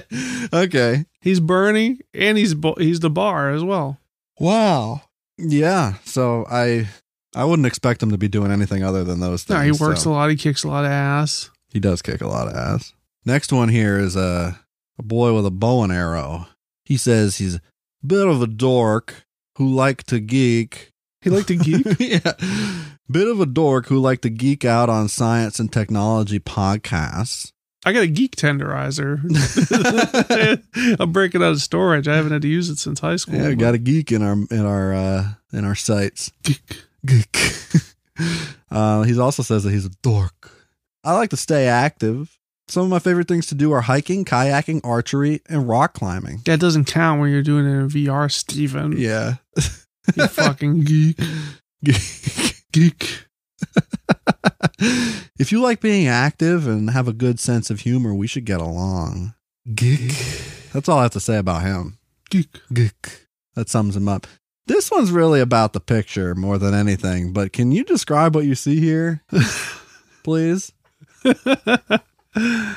Speaker 2: okay.
Speaker 1: he's Bernie, and he's bo- he's the bar as well.
Speaker 2: Wow. Yeah. So I, I wouldn't expect him to be doing anything other than those things.
Speaker 1: No, he works a
Speaker 2: so
Speaker 1: lot. He kicks a lot of ass.
Speaker 2: He does kick a lot of ass. Next one here is a a boy with a bow and arrow. He says he's a bit of a dork who like to geek
Speaker 1: He liked to geek.
Speaker 2: yeah. Bit of a dork who liked to geek out on science and technology podcasts.
Speaker 1: I got a geek tenderizer. I'm breaking out of storage. I haven't had to use it since high school.
Speaker 2: Yeah, we got a geek in our in our uh in our sights. Geek. Geek. uh, he also says that he's a dork. I like to stay active. Some of my favorite things to do are hiking, kayaking, archery, and rock climbing.
Speaker 1: That doesn't count when you're doing it in VR, Steven.
Speaker 2: Yeah.
Speaker 1: You fucking geek.
Speaker 2: Geek.
Speaker 1: Geek.
Speaker 2: if you like being active and have a good sense of humor, we should get along. Geek. That's all I have to say about him.
Speaker 1: Geek.
Speaker 2: Geek. That sums him up. This one's really about the picture more than anything, but can you describe what you see here? Please? Because
Speaker 1: Um,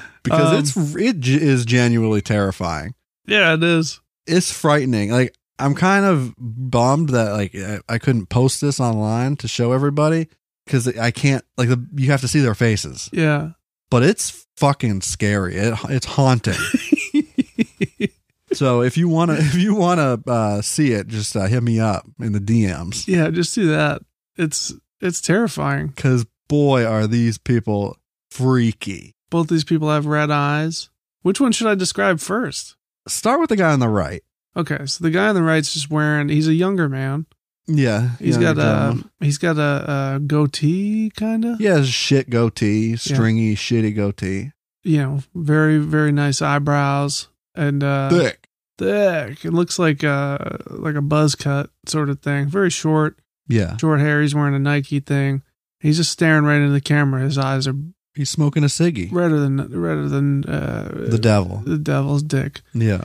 Speaker 2: it's it j- is genuinely terrifying.
Speaker 1: Yeah, it is.
Speaker 2: It's frightening. Like I'm kind of bummed that like I, I couldn't post this online to show everybody cuz I can't like the, you have to see their faces.
Speaker 1: Yeah.
Speaker 2: but it's fucking scary. It, it's haunting. so if you wanna if you wanna uh, see it, just uh, hit me up in the DMs
Speaker 1: Yeah, just see that. It's it's terrifying.
Speaker 2: because boy are these people freaky.
Speaker 1: Both these people have red eyes. Which one should I describe first?
Speaker 2: Start with the guy on the right.
Speaker 1: Okay, so the guy on the right's just wearing he's a younger man.
Speaker 2: Yeah,
Speaker 1: He's
Speaker 2: yeah,
Speaker 1: got um,
Speaker 2: gentleman.
Speaker 1: a he's got a, a goatee kinda.
Speaker 2: he has shit goatee, stringy shitty goatee,
Speaker 1: You know, very, very nice eyebrows and uh
Speaker 2: thick.
Speaker 1: thick. It looks like uh like a buzz cut sort of thing. Very short,
Speaker 2: Yeah,
Speaker 1: short hair. He's wearing a Nike thing. He's just staring right into the camera. His eyes are
Speaker 2: he's smoking a ciggy.
Speaker 1: redder than redder than uh,
Speaker 2: The devil.
Speaker 1: the devil's dick.
Speaker 2: Yeah,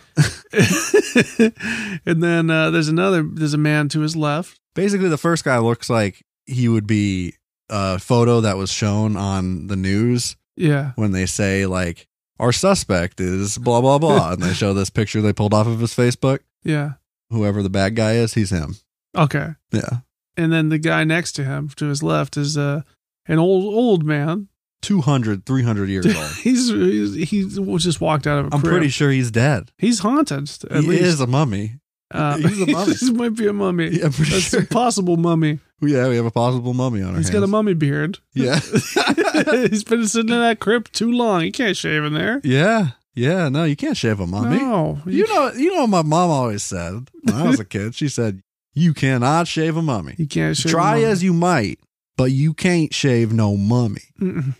Speaker 1: and then uh, there's another. There's a man to his left.
Speaker 2: basically the first guy looks like he would be a photo that was shown on the news
Speaker 1: Yeah,
Speaker 2: when they say like our suspect is blah blah blah and they show this picture they pulled off of his facebook
Speaker 1: yeah.
Speaker 2: whoever the bad guy is he's him
Speaker 1: Okay.
Speaker 2: yeah
Speaker 1: And then the guy next to him, to his left, is uh, an old old man.
Speaker 2: 200 300 years old
Speaker 1: He's he's he's just walked out of a
Speaker 2: i'm
Speaker 1: crib.
Speaker 2: pretty sure he's dead
Speaker 1: he's haunted. At
Speaker 2: he
Speaker 1: least.
Speaker 2: is a mummy
Speaker 1: Uh,
Speaker 2: he's a mummy.
Speaker 1: he might be a mummy.
Speaker 2: yeah, I'm pretty
Speaker 1: That's
Speaker 2: sure.
Speaker 1: a possible mummy.
Speaker 2: yeah we have a possible mummy on our
Speaker 1: He's
Speaker 2: hands
Speaker 1: got a mummy beard.
Speaker 2: yeah
Speaker 1: he's been sitting in that crib too long. He can't shave in there.
Speaker 2: yeah yeah no you can't shave a mummy
Speaker 1: No,
Speaker 2: you know you know what my mom always said when i was a kid she said you cannot shave a mummy
Speaker 1: you can't shave.
Speaker 2: try
Speaker 1: a mummy.
Speaker 2: as you might but you can't shave no mummy
Speaker 1: Mm-mm.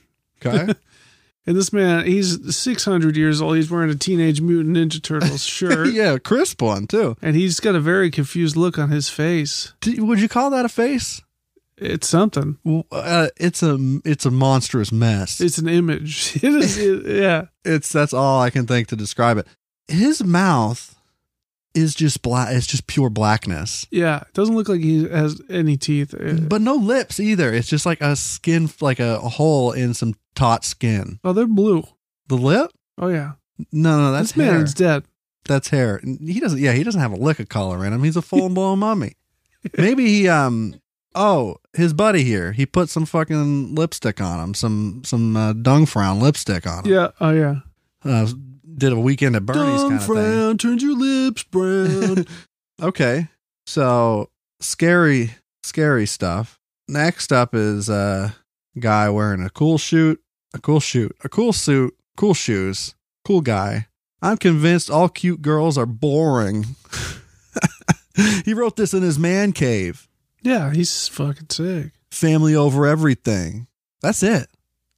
Speaker 2: okay
Speaker 1: And this man, he's 600 years old. He's wearing a Teenage Mutant Ninja Turtles shirt.
Speaker 2: yeah crisp one too
Speaker 1: And he's got a very confused look on his face.
Speaker 2: Do- would you call that a face?
Speaker 1: It's something.
Speaker 2: W- Uh, it's a it's a monstrous mess. It's,
Speaker 1: It's an image. It is, it- yeah.
Speaker 2: that's all I can think to describe it. His mouth is just black. It's just pure blackness,
Speaker 1: Yeah. It doesn't look like he has any teeth. Uh,
Speaker 2: but no lips either. It's just like a skin, like a, a hole in some taut skin.
Speaker 1: Oh, they're blue.
Speaker 2: The lip?
Speaker 1: Oh, yeah.
Speaker 2: No, no, that's
Speaker 1: this
Speaker 2: hair.
Speaker 1: man's dead.
Speaker 2: that's hair. He doesn't. Yeah, he doesn't have a lick of color in him. He's a full blown mummy. Maybe he um. Oh, his buddy here. He put some fucking lipstick on him. Some some uh, dung frown lipstick on him.
Speaker 1: Yeah. Oh, yeah.
Speaker 2: uh, did a weekend at Bernie's kind of thing.
Speaker 1: turns your lips brown.
Speaker 2: Okay, so scary, scary stuff. Next up is a guy wearing a cool shoot, a cool shoot, a cool suit, cool shoes, cool guy. I'm convinced all cute girls are boring. he wrote this in his man cave.
Speaker 1: yeah. He's fucking sick.
Speaker 2: Family over everything. That's it.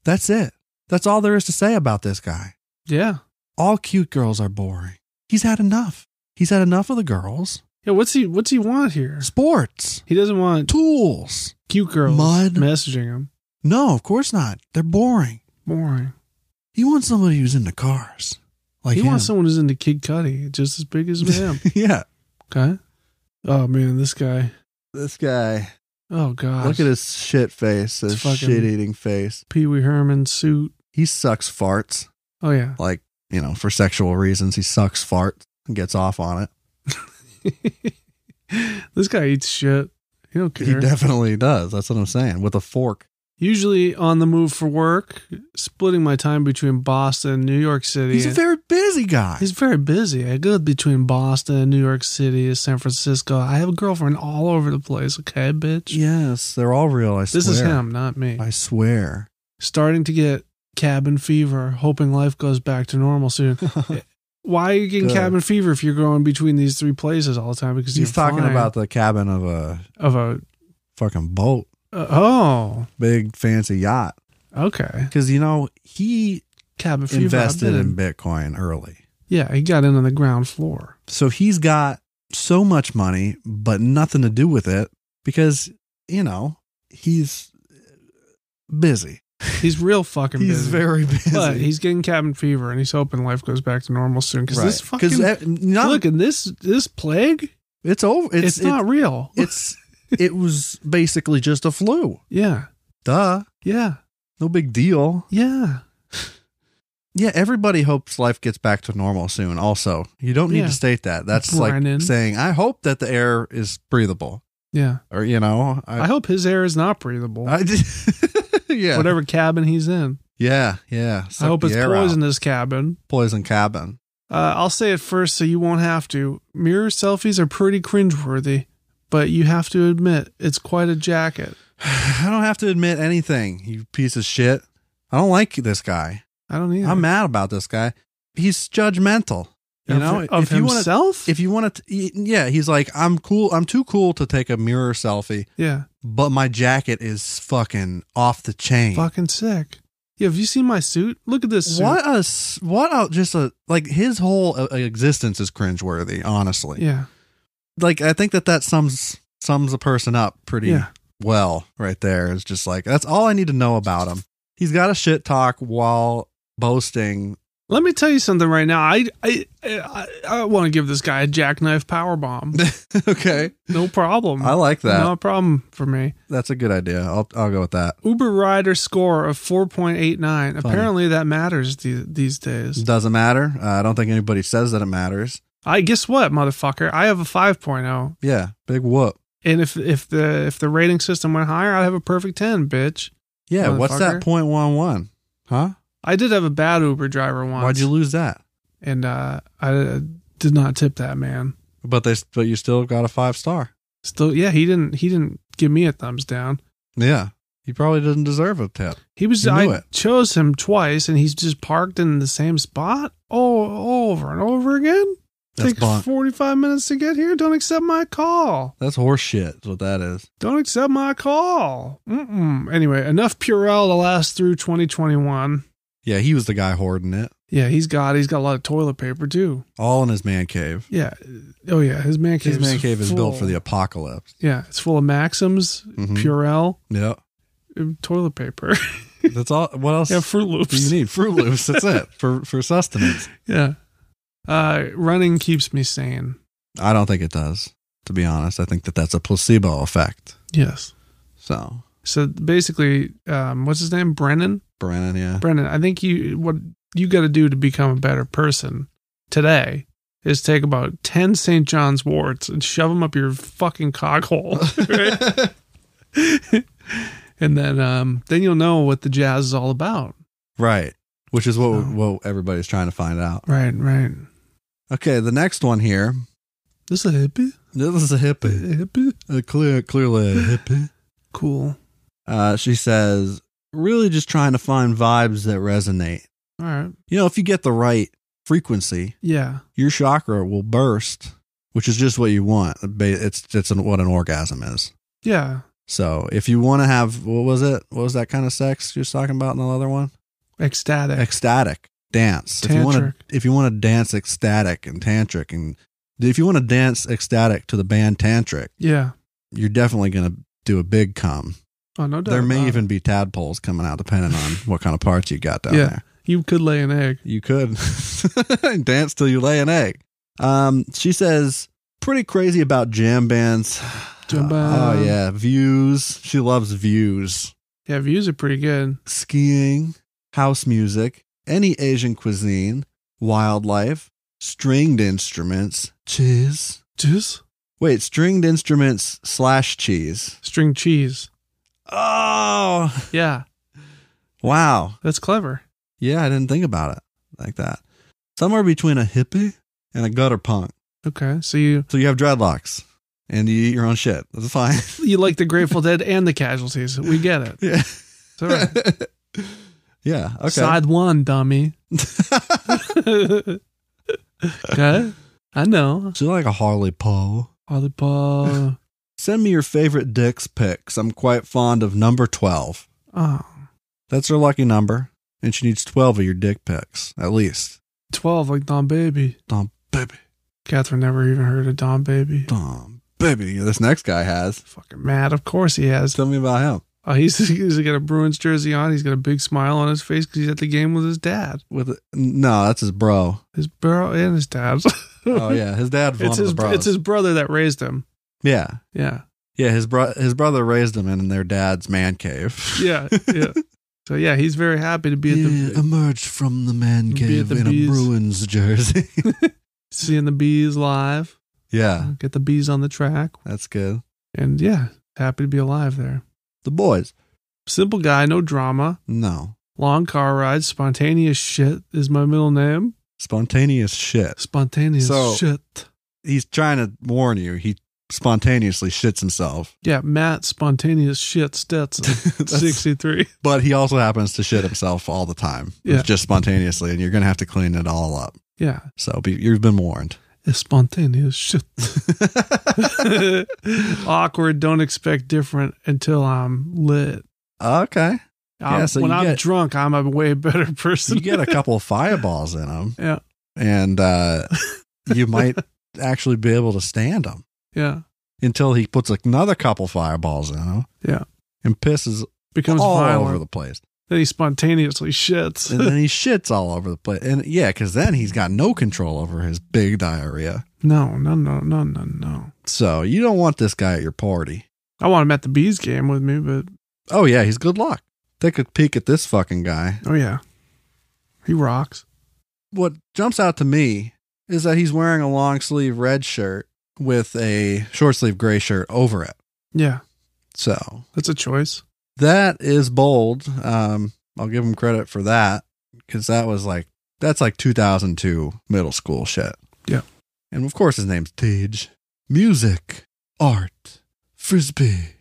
Speaker 2: That's it. That's all there is to say about this guy.
Speaker 1: Yeah.
Speaker 2: all cute girls are boring. He's had enough. He's had enough of the girls.
Speaker 1: Yeah. What's he, what's he want here?
Speaker 2: Sports,
Speaker 1: He doesn't want
Speaker 2: tools.
Speaker 1: cute girls
Speaker 2: Mud.
Speaker 1: messaging him.
Speaker 2: No, of course not. They're boring.
Speaker 1: Boring.
Speaker 2: You want somebody who's into cars, like
Speaker 1: he
Speaker 2: him.
Speaker 1: wants someone who's into Kid Cudi, just as big as him.
Speaker 2: yeah,
Speaker 1: okay. Oh man, this guy.
Speaker 2: this guy.
Speaker 1: Oh god.
Speaker 2: Look at his shit face, his
Speaker 1: It's fucking-
Speaker 2: shit-eating face.
Speaker 1: Pee Wee Herman suit.
Speaker 2: He sucks farts,
Speaker 1: Oh yeah.
Speaker 2: like you know, for sexual reasons. He sucks farts and gets off on it.
Speaker 1: this guy eats shit. He don't care.
Speaker 2: He definitely does. That's what I'm saying. With a fork.
Speaker 1: Usually on the move for work, splitting my time between Boston and New York City.
Speaker 2: He's a very busy guy.
Speaker 1: He's very busy. I go between Boston, New York City, San Francisco. I have a girlfriend all over the place. Okay, bitch.
Speaker 2: yes, they're all real. I swear.
Speaker 1: this is him, not me.
Speaker 2: I swear.
Speaker 1: Starting to get cabin fever, hoping life goes back to normal soon. Why are you getting
Speaker 2: Good.
Speaker 1: cabin fever if you're going between these three places all the time? Because
Speaker 2: He's
Speaker 1: you're
Speaker 2: talking
Speaker 1: flying
Speaker 2: about the cabin of a
Speaker 1: of a
Speaker 2: fucking boat,
Speaker 1: uh, oh
Speaker 2: big fancy yacht.
Speaker 1: okay
Speaker 2: Because you know he
Speaker 1: cabin fever. I've
Speaker 2: invested
Speaker 1: been
Speaker 2: in Bitcoin early,
Speaker 1: Yeah, he got in on the ground floor.
Speaker 2: so he's got so much money, but nothing to do with it because you know he's busy.
Speaker 1: He's real fucking
Speaker 2: He's
Speaker 1: busy.
Speaker 2: very busy.
Speaker 1: but he's getting cabin fever, and he's hoping life goes back to normal soon. Because this
Speaker 2: Right.
Speaker 1: fucking
Speaker 2: that- not-
Speaker 1: look, and this this plague,
Speaker 2: it's over. It's,
Speaker 1: it's, not real.
Speaker 2: It's it was basically just a flu.
Speaker 1: yeah,
Speaker 2: Duh,
Speaker 1: yeah,
Speaker 2: no big deal.
Speaker 1: yeah.
Speaker 2: Yeah, everybody hopes life gets back to normal soon. Also, you don't need
Speaker 1: Yeah.
Speaker 2: to site that. That's
Speaker 1: Brennan.
Speaker 2: like saying, "I hope that the air is breathable,"
Speaker 1: Yeah,
Speaker 2: or you know,
Speaker 1: I, hope his air is not breathable.
Speaker 2: I yeah,
Speaker 1: Whatever cabin he's in,
Speaker 2: yeah, yeah.
Speaker 1: I hope
Speaker 2: Suck
Speaker 1: it's
Speaker 2: the air out.
Speaker 1: poisonous cabin.
Speaker 2: Poison cabin.
Speaker 1: Uh, I'll say it first, so you won't have to. Mirror selfies are pretty cringeworthy, but you have to admit it's quite a jacket.
Speaker 2: I don't have to admit anything, you piece of shit. I don't like this guy.
Speaker 1: I don't either.
Speaker 2: I'm mad about this guy. He's judgmental. You
Speaker 1: Of-
Speaker 2: know,
Speaker 1: of
Speaker 2: you wanna-
Speaker 1: himself.
Speaker 2: if you want to, yeah, he's like, I'm cool. I'm too cool to take a mirror selfie,
Speaker 1: yeah.
Speaker 2: but my jacket is fucking off the chain.
Speaker 1: Fucking sick. Yeah, have you seen my suit? Look at this suit.
Speaker 2: What a s- what a just a like his whole uh, existence is cringeworthy. Honestly,
Speaker 1: Yeah.
Speaker 2: like I think that that sums sums a person up pretty
Speaker 1: Yeah.
Speaker 2: well right there. It's just like that's all I need to know about him. He's got a shit talk while boasting.
Speaker 1: Let me tell you something right now. I I I, I want to give this guy a jackknife power bomb.
Speaker 2: okay,
Speaker 1: No problem.
Speaker 2: I like that.
Speaker 1: No problem for me.
Speaker 2: That's a good idea. I'll I'll go with that.
Speaker 1: Uber rider score of 4.89. Apparently that matters these, these days.
Speaker 2: Doesn't matter. Uh, I don't think anybody says that it matters.
Speaker 1: I guess what, motherfucker? I have a 5.0.
Speaker 2: Yeah, big whoop.
Speaker 1: And if if the if the rating system went higher, I'd have a perfect 10, bitch.
Speaker 2: Yeah, what's that
Speaker 1: Motherfucker.
Speaker 2: point one one? Huh?
Speaker 1: I did have a bad Uber driver once.
Speaker 2: Why'd you lose that?
Speaker 1: and uh, I uh, did not tip that man.
Speaker 2: But they but you still got a five star.
Speaker 1: Still, yeah, he didn't. He didn't give me a thumbs down.
Speaker 2: Yeah. You probably didn't deserve a tip.
Speaker 1: He was.
Speaker 2: You knew
Speaker 1: I
Speaker 2: it.
Speaker 1: chose him twice, and he's just parked in the same spot oh, over and over again.
Speaker 2: That's
Speaker 1: Takes
Speaker 2: bonk.
Speaker 1: forty-five minutes to get here. Don't accept my call.
Speaker 2: That's horse shit is what that is.
Speaker 1: Don't accept my call. Mm-mm. Anyway, enough Purell to last through twenty twenty-one.
Speaker 2: Yeah, he was the guy hoarding it.
Speaker 1: Yeah, he's got. He's got a lot of toilet paper too.
Speaker 2: All in his man cave.
Speaker 1: Yeah. Oh yeah, his man cave.
Speaker 2: His man cave is built for the apocalypse.
Speaker 1: Yeah, it's full of Maxims,
Speaker 2: Mhm.
Speaker 1: Purell,
Speaker 2: Yeah.
Speaker 1: and toilet paper.
Speaker 2: That's all what else
Speaker 1: yeah, Fruit
Speaker 2: do you
Speaker 1: Loops.
Speaker 2: need? Fruit loops, that's it. For for sustenance.
Speaker 1: Yeah. Uh, running keeps me sane.
Speaker 2: I don't think it does, to be honest. I think that that's a placebo effect.
Speaker 1: Yes.
Speaker 2: So
Speaker 1: So basically, um, what's his name? Brennan.
Speaker 2: Brennan, yeah.
Speaker 1: Brennan. I think you what you got to do to become a better person today is take about ten St. John's warts and shove them up your fucking cockhole, right? and then um, then you'll know what the jazz is all about.
Speaker 2: Right. Which is what
Speaker 1: So-
Speaker 2: what everybody's trying to find out.
Speaker 1: Right. Right.
Speaker 2: Okay, the next one here.
Speaker 1: This is a hippie.
Speaker 2: This is a
Speaker 1: A
Speaker 2: hippie.
Speaker 1: hippie.
Speaker 2: A clear, clearly a hippie.
Speaker 1: Cool.
Speaker 2: Uh, she says, really just trying to find vibes that resonate.
Speaker 1: All right.
Speaker 2: You know, if you get the right frequency,
Speaker 1: Yeah.
Speaker 2: your chakra will burst, which is just what you want. Ba- It's it's an, what an orgasm is.
Speaker 1: Yeah.
Speaker 2: So if you want to have what was it? What was that kind of sex you was talking about in the other one?
Speaker 1: Ecstatic.
Speaker 2: Ecstatic dance. If you want
Speaker 1: Tantric.
Speaker 2: to if you want to dance ecstatic and tantric and if you want to dance ecstatic to the band Tantric,
Speaker 1: yeah.
Speaker 2: you're definitely going to do a big cum.
Speaker 1: Oh no doubt.
Speaker 2: There may
Speaker 1: about it.
Speaker 2: even be tadpoles coming out, depending on what kind of parts you got down
Speaker 1: Yeah.
Speaker 2: there.
Speaker 1: you could lay an egg.
Speaker 2: You could dance till you lay an egg. Um, she says, pretty crazy about jam bands.
Speaker 1: Jam
Speaker 2: Oh,
Speaker 1: band.
Speaker 2: yeah. Views. She loves views.
Speaker 1: Yeah, views are pretty good.
Speaker 2: Skiing, house music, any Asian cuisine, wildlife, stringed instruments, cheese.
Speaker 1: Cheese,
Speaker 2: Wait, stringed instruments slash cheese.
Speaker 1: string cheese.
Speaker 2: Oh,
Speaker 1: Yeah,
Speaker 2: wow.
Speaker 1: that's clever.
Speaker 2: Yeah, I didn't think about it like that. Somewhere between a hippie and a gutter punk.
Speaker 1: Okay, so you
Speaker 2: So you have dreadlocks and you eat your own shit. That's fine.
Speaker 1: you like the Grateful Dead and the Casualties. We get it.
Speaker 2: yeah.
Speaker 1: It's all right.
Speaker 2: yeah. Okay.
Speaker 1: Side one, dummy. okay, I know.
Speaker 2: so you like a Harley Poe.
Speaker 1: Volleyball.
Speaker 2: Send me your favorite dicks pics. I'm quite fond of number 12.
Speaker 1: Oh,
Speaker 2: That's her lucky number. And she needs 12 of your dick pics, at least.
Speaker 1: 12 like Don Baby.
Speaker 2: Dom baby.
Speaker 1: Catherine never even heard of Don Baby.
Speaker 2: Dom baby. This next guy has.
Speaker 1: Fucking mad. Of course he has.
Speaker 2: Tell me about him.
Speaker 1: Oh, he's, he's got a Bruins jersey on. He's got a big smile on his face because he's at the game with his dad.
Speaker 2: With No, that's his bro.
Speaker 1: His bro and his dad.
Speaker 2: Oh, yeah. His dad.
Speaker 1: it's his,
Speaker 2: bro.
Speaker 1: it's his brother that raised him.
Speaker 2: Yeah.
Speaker 1: Yeah.
Speaker 2: Yeah, his bro- his brother raised him in their dad's man cave.
Speaker 1: Yeah. Yeah. so, yeah, he's very happy to be at the.
Speaker 2: emerged from the man
Speaker 1: Be at cave the in a bees.
Speaker 2: Bruins jersey.
Speaker 1: Seeing the bees live,
Speaker 2: yeah,
Speaker 1: get the bees on the track,
Speaker 2: that's good.
Speaker 1: and yeah, happy to be alive there.
Speaker 2: The boys,
Speaker 1: Simple guy, no drama.
Speaker 2: no
Speaker 1: Long car rides, spontaneous shit is my middle name.
Speaker 2: spontaneous shit.
Speaker 1: Spontaneous
Speaker 2: So-
Speaker 1: shit.
Speaker 2: He's trying to warn you. He spontaneously shits himself,
Speaker 1: Yeah, Matt, spontaneous shit Stetson,
Speaker 2: That's-
Speaker 1: 63.
Speaker 2: but he also happens to shit himself all the time.
Speaker 1: Yeah.
Speaker 2: It's just spontaneously, and you're gonna have to clean it all up.
Speaker 1: Yeah,
Speaker 2: So be, you've been warned.
Speaker 1: it's spontaneous shit. Awkward, don't expect different until I'm lit.
Speaker 2: okay,
Speaker 1: I'm-
Speaker 2: Yeah, so
Speaker 1: when
Speaker 2: you
Speaker 1: I'm
Speaker 2: get-
Speaker 1: drunk, I'm a way better person.
Speaker 2: you get a couple of fireballs in him.
Speaker 1: Yeah.
Speaker 2: and uh, you might actually be able to stand him
Speaker 1: yeah,
Speaker 2: until he puts another couple fireballs in him.
Speaker 1: Yeah.
Speaker 2: and pisses
Speaker 1: becomes
Speaker 2: all
Speaker 1: violent.
Speaker 2: over the place,
Speaker 1: then he spontaneously shits.
Speaker 2: and then he shits all over the place, and yeah, because then he's got no control over his big diarrhea.
Speaker 1: no, no, no, no, no, no.
Speaker 2: So you don't want this guy at your party.
Speaker 1: I want him at the bees game with me, but
Speaker 2: Oh yeah, he's good luck. Take a peek at this fucking guy.
Speaker 1: oh yeah, he rocks.
Speaker 2: What jumps out to me is that he's wearing a long sleeve red shirt with a short sleeve gray shirt over it.
Speaker 1: Yeah,
Speaker 2: So
Speaker 1: that's a choice.
Speaker 2: That is bold. Um, I'll give him credit for that because that was like that's like 2002 middle school shit.
Speaker 1: Yeah.
Speaker 2: and of course his name's Tage. Music, art, frisbee,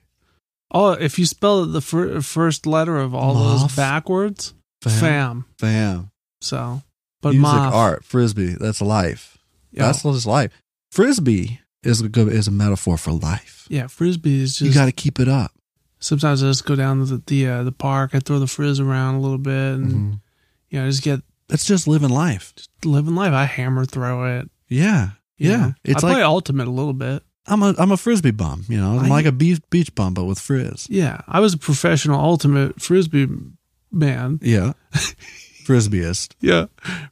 Speaker 1: Oh, if you spell it the fir- first letter of all those
Speaker 2: Moth.
Speaker 1: backwards, fam.
Speaker 2: fam.
Speaker 1: So, but
Speaker 2: music,
Speaker 1: moth.
Speaker 2: art, frisbee. That's life.
Speaker 1: Yeah.
Speaker 2: That's his life. Frisbee is a good, is a metaphor for life.
Speaker 1: yeah, frisbee is
Speaker 2: you
Speaker 1: just.
Speaker 2: got to keep it up.
Speaker 1: sometimes I just go down to the the, uh, the park. I throw the frizz around a little bit, and
Speaker 2: Mhm.
Speaker 1: you know, just get
Speaker 2: That's just living life.
Speaker 1: living life. I hammer throw it.
Speaker 2: Yeah,
Speaker 1: you
Speaker 2: yeah.
Speaker 1: know.
Speaker 2: It's
Speaker 1: I
Speaker 2: like
Speaker 1: play ultimate a little bit.
Speaker 2: I'm a I'm a frisbee bum. You know, I'm
Speaker 1: I-
Speaker 2: like a beach beach bum, but with frizz.
Speaker 1: Yeah, I was a professional ultimate frisbee man.
Speaker 2: Yeah. Frisbeeist.
Speaker 1: Yeah,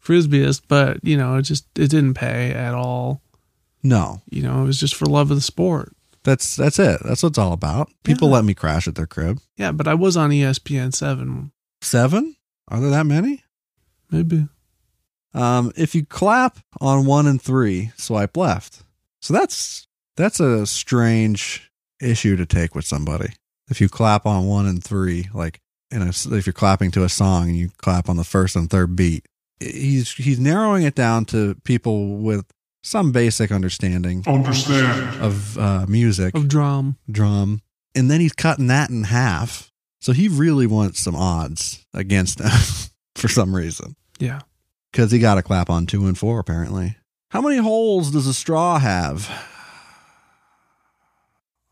Speaker 1: frisbeeist, but you know, it just it didn't pay at all.
Speaker 2: No.
Speaker 1: You know, it was just for love of the sport.
Speaker 2: That's that's it. That's what it's all about. People
Speaker 1: Yeah.
Speaker 2: let me crash at their crib.
Speaker 1: Yeah, but I was on E ESPN seven,
Speaker 2: Seven? Are there that many?
Speaker 1: maybe.
Speaker 2: Um, if you clap on one and three, swipe left. So that's that's a strange issue to take with somebody. If you clap on one and three, like and if, if you're clapping to a song and you clap on the first and third beat, he's he's narrowing it down to people with some basic understanding
Speaker 5: Understand.
Speaker 2: of uh, music.
Speaker 1: Of drum,
Speaker 2: drum. And then he's cutting that in half. So he really wants some odds against him for some reason.
Speaker 1: yeah,
Speaker 2: Because he got a clap on two and four, apparently. How many holes does a straw have?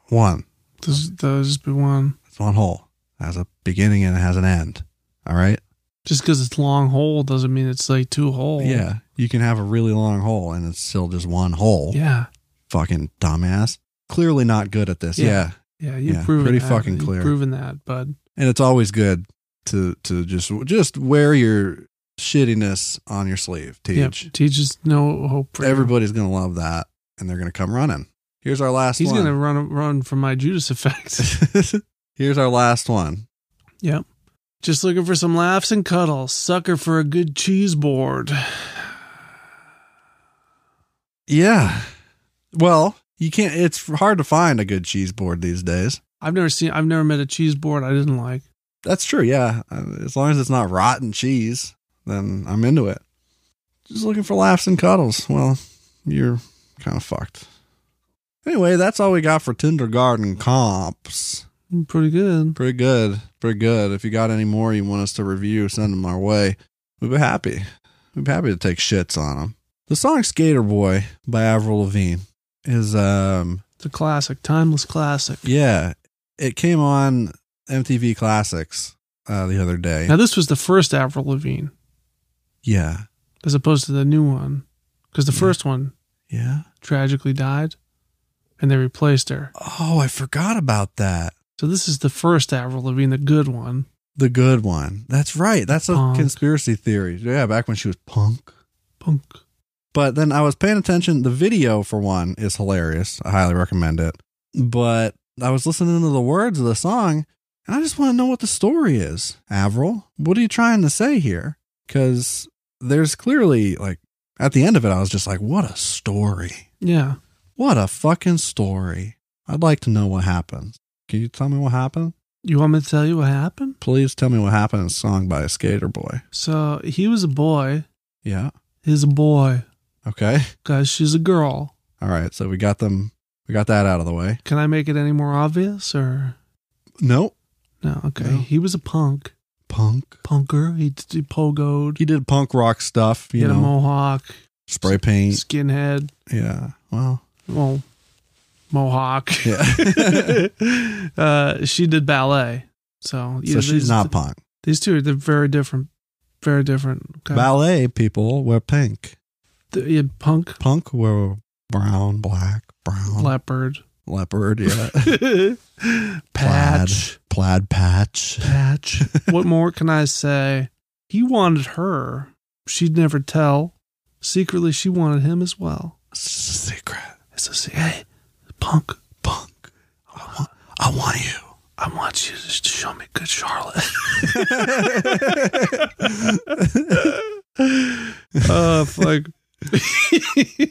Speaker 2: One.
Speaker 1: there's there's just been one.
Speaker 2: It's one hole. It has a beginning and it has an end. All right.
Speaker 1: Just because it's long hole doesn't mean it's like two hole.
Speaker 2: Yeah. You can have a really long hole and it's still just one hole.
Speaker 1: yeah,
Speaker 2: Fucking dumbass. Clearly not good at this.
Speaker 1: Yeah.
Speaker 2: yeah.
Speaker 1: yeah. You've
Speaker 2: Yeah,
Speaker 1: proven
Speaker 2: pretty
Speaker 1: that.
Speaker 2: fucking
Speaker 1: You've
Speaker 2: clear.
Speaker 1: proven that, bud.
Speaker 2: and it's always good to to just just wear your shittiness on your sleeve
Speaker 1: Yeah,
Speaker 2: teach
Speaker 1: teaches no hope for you.
Speaker 2: everybody's gonna love that and they're gonna come running here's our last
Speaker 1: He's
Speaker 2: one
Speaker 1: gonna run run from my Judas effect.
Speaker 2: here's our last one
Speaker 1: yep. Just looking for some laughs and cuddles. Sucker for a good cheese board.
Speaker 2: yeah well You can't. It's hard to find a good cheese board these days.
Speaker 1: I've never seen. I've never met a cheese board I didn't like.
Speaker 2: That's true. Yeah, Uh, as long as it's not rotten cheese, then I'm into it. Just looking for laughs and cuddles. Well, you're kind of fucked. Anyway, that's all we got for kindergarten comps.
Speaker 1: Pretty good.
Speaker 2: Pretty good. Pretty good. If you got any more you want us to review, send them our way. We'd be happy. We'd be happy to take shits on them. The song Skater Boy by Avril Lavigne is, um,
Speaker 1: It's a classic, timeless classic.
Speaker 2: yeah, it came on MTV Classics uh, the other day.
Speaker 1: Now this was the first Avril Lavigne,
Speaker 2: Yeah.
Speaker 1: as opposed to the new one, because the
Speaker 2: Yeah.
Speaker 1: first one
Speaker 2: Yeah.
Speaker 1: tragically died, and they replaced her.
Speaker 2: Oh, I forgot about that.
Speaker 1: So this is the first Avril Lavigne, the good one.
Speaker 2: The good one. That's right. That's a
Speaker 1: Punk.
Speaker 2: conspiracy theory. Yeah, back when she was punk.
Speaker 1: Punk.
Speaker 2: But then I was paying attention. The video, for one, is hilarious. I highly recommend it. But I was listening to the words of the song, and I just want to know what the story is, Avril. What are you trying to say here? Because there's clearly, like, at the end of it, I was just like, what a story.
Speaker 1: Yeah.
Speaker 2: What a fucking story. I'd like to know what happened. Can you tell me what happened?
Speaker 1: You want me to tell you what happened?
Speaker 2: Please tell me what happened in Song by a Skater Boy.
Speaker 1: So he was a boy.
Speaker 2: Yeah.
Speaker 1: He's a boy.
Speaker 2: Okay.
Speaker 1: Guys, she's a girl.
Speaker 2: All right. So we got them. We got that out of the way.
Speaker 1: Can I make it any more obvious or
Speaker 2: Nope.
Speaker 1: no? Okay.
Speaker 2: No.
Speaker 1: He was a punk.
Speaker 2: Punk.
Speaker 1: Punker. He, he pogoed.
Speaker 2: He did punk rock stuff,
Speaker 1: He
Speaker 2: you
Speaker 1: had a
Speaker 2: know,
Speaker 1: mohawk.
Speaker 2: spray paint.
Speaker 1: Skinhead.
Speaker 2: Yeah. Well,
Speaker 1: Well, mohawk.
Speaker 2: yeah.
Speaker 1: uh, she did ballet. So, yeah,
Speaker 2: so she's
Speaker 1: these-
Speaker 2: not punk.
Speaker 1: These two are they're very different. Very different. Okay.
Speaker 2: Ballet people wear pink.
Speaker 1: The- yeah, punk,
Speaker 2: Punk were brown, black, brown,
Speaker 1: leopard,
Speaker 2: leopard. Yeah.
Speaker 1: patch,
Speaker 2: Plaid patch.
Speaker 1: patch. what more can I say? He wanted her. She'd never tell. Secretly, she wanted him as well.
Speaker 2: Secret.
Speaker 1: It's a se- hey, punk.
Speaker 2: Punk. I want, I want you.
Speaker 1: I want you to just show me good Charlotte. uh, fuck.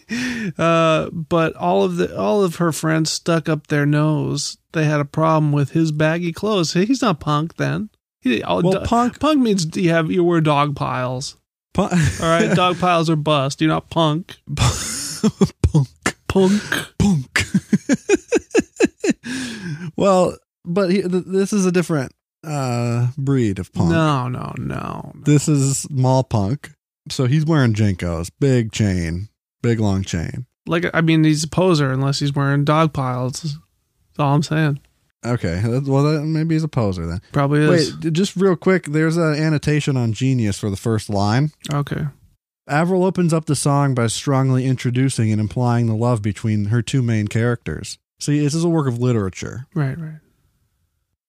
Speaker 1: uh, but all of the all of her friends stuck up their nose. They had a problem with his baggy clothes. He's not punk then. He, all,
Speaker 2: Well,
Speaker 1: do-
Speaker 2: punk-
Speaker 1: punk means you have you wear dog piles.
Speaker 2: Punk.
Speaker 1: All right, dog piles are bust. You're not punk.
Speaker 2: punk.
Speaker 1: Punk.
Speaker 2: punk. well, but he, th- this is a different uh, breed of punk.
Speaker 1: No, no, no. no.
Speaker 2: This is mall punk. So he's wearing Jinkos, big chain, big long chain.
Speaker 1: Like I mean, he's a poser unless he's wearing dog piles. That's all I'm saying.
Speaker 2: Okay, that- well, that, maybe he's a poser then.
Speaker 1: Probably
Speaker 2: Wait,
Speaker 1: is.
Speaker 2: d- just real quick, there's an annotation on Genius for the first line.
Speaker 1: Okay.
Speaker 2: Avril opens up the song by strongly introducing and implying the love between her two main characters. See, this is a work of literature.
Speaker 1: Right. Right.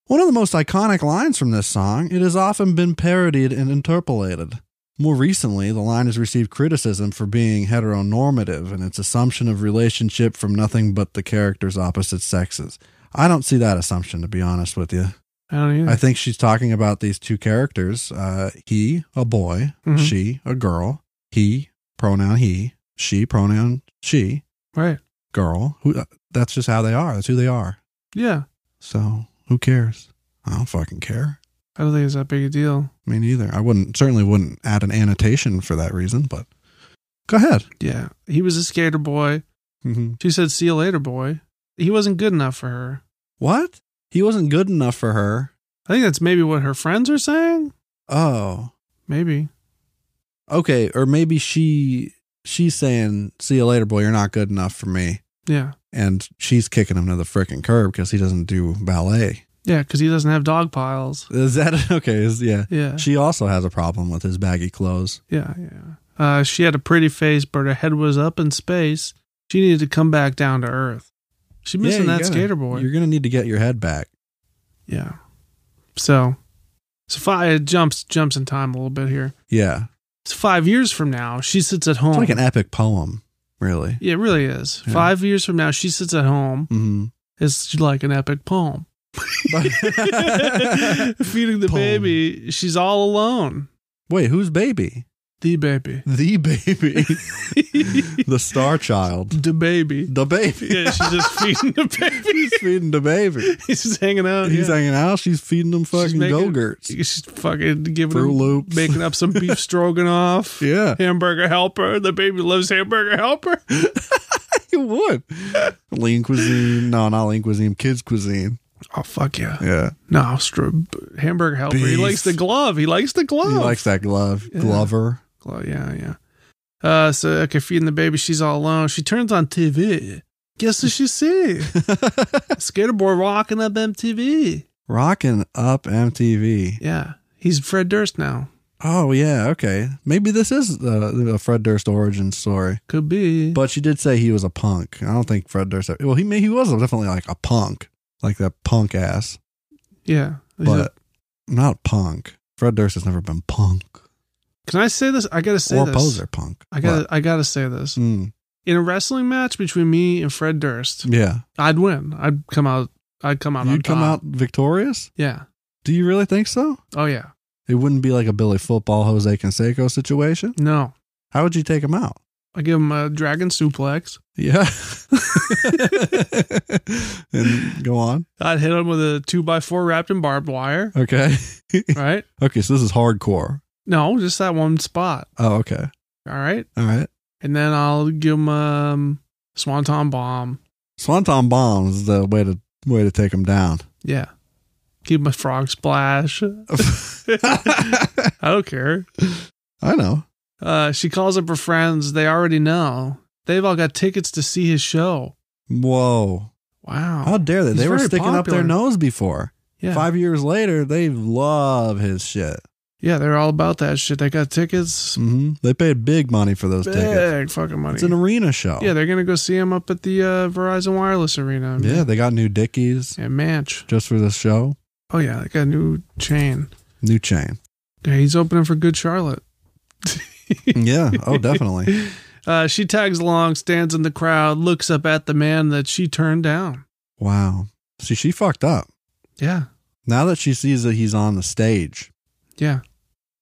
Speaker 2: One of the most iconic lines from this song, it has often been parodied and interpolated. More recently, the line has received criticism for being heteronormative and its assumption of relationship from nothing but the characters' opposite sexes. I don't see that assumption, to be honest with you.
Speaker 1: I don't either.
Speaker 2: I think she's talking about these two characters uh, he, a boy,
Speaker 1: Mhm.
Speaker 2: she, a girl, he, pronoun he, she, pronoun she,
Speaker 1: right.
Speaker 2: girl. Who, uh, that's just how they are. That's who they are.
Speaker 1: Yeah.
Speaker 2: So who cares? I don't fucking care.
Speaker 1: I don't think it's that big a deal.
Speaker 2: Me neither. I wouldn't certainly wouldn't add an annotation for that reason, but go ahead.
Speaker 1: Yeah. He was a skater boy. She said, see you later, boy. He wasn't good enough for her.
Speaker 2: What? He wasn't good enough for her.
Speaker 1: I think that's maybe what her friends are saying.
Speaker 2: Oh.
Speaker 1: Maybe.
Speaker 2: Okay, or maybe she she's saying, "See you later, boy. You're not good enough for me."
Speaker 1: Yeah.
Speaker 2: And she's kicking him to the freaking curb because he doesn't do ballet.
Speaker 1: Yeah. Because he doesn't have dog piles.
Speaker 2: Is that okay? Is yeah.
Speaker 1: Yeah.
Speaker 2: She also has a problem with his baggy clothes.
Speaker 1: yeah. Yeah. Uh, she had a pretty face, but her head was up in space. She needed to come back down to earth. She's missing
Speaker 2: Yeah, you
Speaker 1: that
Speaker 2: gotta-
Speaker 1: skater boy.
Speaker 2: You're gonna need to get your head back.
Speaker 1: Yeah. So, so five, it jumps, jumps in time a little bit here.
Speaker 2: Yeah,
Speaker 1: It's five years from now. She sits at home.
Speaker 2: it's like an epic poem, really.
Speaker 1: yeah, it really is.
Speaker 2: Yeah.
Speaker 1: Five years from now, she sits at home.
Speaker 2: Mm-hmm.
Speaker 1: It's like an epic poem. Feeding the
Speaker 2: Poem.
Speaker 1: baby, she's all alone.
Speaker 2: Wait, who's baby?
Speaker 1: The baby.
Speaker 2: the baby, the star child,
Speaker 1: The baby.
Speaker 2: the baby.
Speaker 1: Yeah, she's just feeding the baby.
Speaker 2: He's feeding the baby.
Speaker 1: He's just hanging out.
Speaker 2: He's
Speaker 1: yeah.
Speaker 2: hanging out. She's feeding them fucking go
Speaker 1: making-
Speaker 2: gurts.
Speaker 1: He's just fucking giving
Speaker 2: Fruit
Speaker 1: him,
Speaker 2: Loops.
Speaker 1: making up some beef stroganoff.
Speaker 2: Yeah,
Speaker 1: Hamburger helper. The baby loves hamburger helper.
Speaker 2: he would. Lean cuisine. No, not lean cuisine. Kids cuisine.
Speaker 1: Oh fuck yeah!
Speaker 2: Yeah.
Speaker 1: No, stro- hamburger helper. He
Speaker 2: Beef.
Speaker 1: likes the glove. He likes the glove.
Speaker 2: He likes that glove. Glover.
Speaker 1: Well, yeah, yeah. Uh, so okay, feeding the baby, she's all alone. She turns on TV. Guess what she see? Skater boy rocking up MTV.
Speaker 2: Rocking up MTV.
Speaker 1: Yeah, he's Fred Durst now.
Speaker 2: Oh yeah, okay. Maybe this is uh, a Fred Durst origin story.
Speaker 1: Could be.
Speaker 2: But she did say he was a punk. I don't think Fred Durst. Well, he may- he was definitely like a punk, like that punk ass,
Speaker 1: yeah.
Speaker 2: but not punk. Fred Durst has never been punk
Speaker 1: Can I say this? I gotta say
Speaker 2: or
Speaker 1: this.
Speaker 2: poser punk.
Speaker 1: I gotta. I gotta say this.
Speaker 2: What? Mm,
Speaker 1: In a wrestling match between me and Fred Durst,
Speaker 2: yeah,
Speaker 1: I'd win. I'd come out. I'd come out. on
Speaker 2: you'd come
Speaker 1: top.
Speaker 2: out victorious.
Speaker 1: Yeah.
Speaker 2: Do you really think so?
Speaker 1: Oh yeah.
Speaker 2: It wouldn't be like a Billy Football Jose Canseco situation.
Speaker 1: No.
Speaker 2: How would you take him out?
Speaker 1: I give him a dragon suplex.
Speaker 2: Yeah, and go on.
Speaker 1: I'd hit him with a two by four wrapped in barbed wire.
Speaker 2: Okay,
Speaker 1: right?
Speaker 2: okay. So this is hardcore.
Speaker 1: No, just that one spot.
Speaker 2: Oh, okay.
Speaker 1: All right.
Speaker 2: All right.
Speaker 1: And then I'll give him um Swanton bomb.
Speaker 2: Swanton bomb is the way to way to take him down.
Speaker 1: Yeah. Give him a frog splash. I
Speaker 2: I
Speaker 1: don't care.
Speaker 2: know.
Speaker 1: Uh, she calls up her friends. They already know. They've all got tickets to see his show.
Speaker 2: Whoa.
Speaker 1: Wow.
Speaker 2: How dare they?
Speaker 1: He's
Speaker 2: They were
Speaker 1: very
Speaker 2: sticking up
Speaker 1: popular.
Speaker 2: their nose before.
Speaker 1: yeah.
Speaker 2: Five years later, they love his shit.
Speaker 1: Yeah, they're all about that shit. They got tickets.
Speaker 2: hmm They paid big money for those
Speaker 1: Big
Speaker 2: tickets.
Speaker 1: fucking money.
Speaker 2: It's an arena show.
Speaker 1: yeah, they're going to go see him up at the uh, Verizon Wireless Arena.
Speaker 2: yeah, they got new Dickies
Speaker 1: And Manch.
Speaker 2: just for this show.
Speaker 1: Oh, yeah. They got a new chain.
Speaker 2: New chain.
Speaker 1: Yeah, he's opening for Good Charlotte.
Speaker 2: yeah. Oh, definitely.
Speaker 1: Uh, she tags along, stands in the crowd, looks up at the man that she turned down.
Speaker 2: Wow. See, she fucked up.
Speaker 1: Yeah,
Speaker 2: Now that she sees that he's on the stage,
Speaker 1: yeah,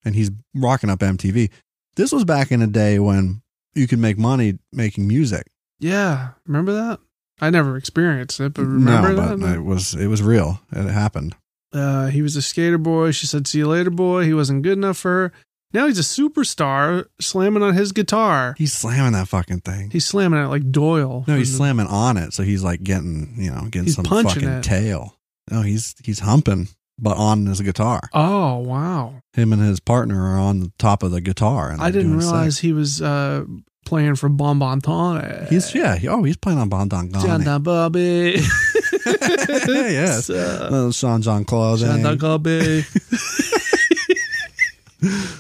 Speaker 2: and he's rocking up MTV. This was back in a day when you could make money making music.
Speaker 1: yeah. Remember that? I never experienced it, but remember
Speaker 2: no, but it
Speaker 1: that?
Speaker 2: was it was real. It happened.
Speaker 1: uh, he was a skater boy. She said, "See you later, boy." He wasn't good enough for her. Now he's a superstar, slamming on his guitar.
Speaker 2: He's slamming that fucking thing.
Speaker 1: He's slamming it like Doyle.
Speaker 2: no, he's
Speaker 1: from
Speaker 2: slamming on it, so he's like getting you know getting
Speaker 1: He's
Speaker 2: some
Speaker 1: punching
Speaker 2: fucking
Speaker 1: it.
Speaker 2: tail. No, he's he's humping, but on his guitar.
Speaker 1: the- oh wow!
Speaker 2: Him and his partner are on the top of the guitar. And
Speaker 1: I
Speaker 2: they're
Speaker 1: didn't
Speaker 2: doing
Speaker 1: realize
Speaker 2: sex.
Speaker 1: he was uh, playing for Bon Bon Ton.
Speaker 2: he's yeah. He, oh, he's playing on Bon Don
Speaker 1: John
Speaker 2: Gone.
Speaker 1: Don Bobby.
Speaker 2: Yes.
Speaker 1: Uh,
Speaker 2: Little Sean John Claude.
Speaker 1: Shanda
Speaker 2: thing.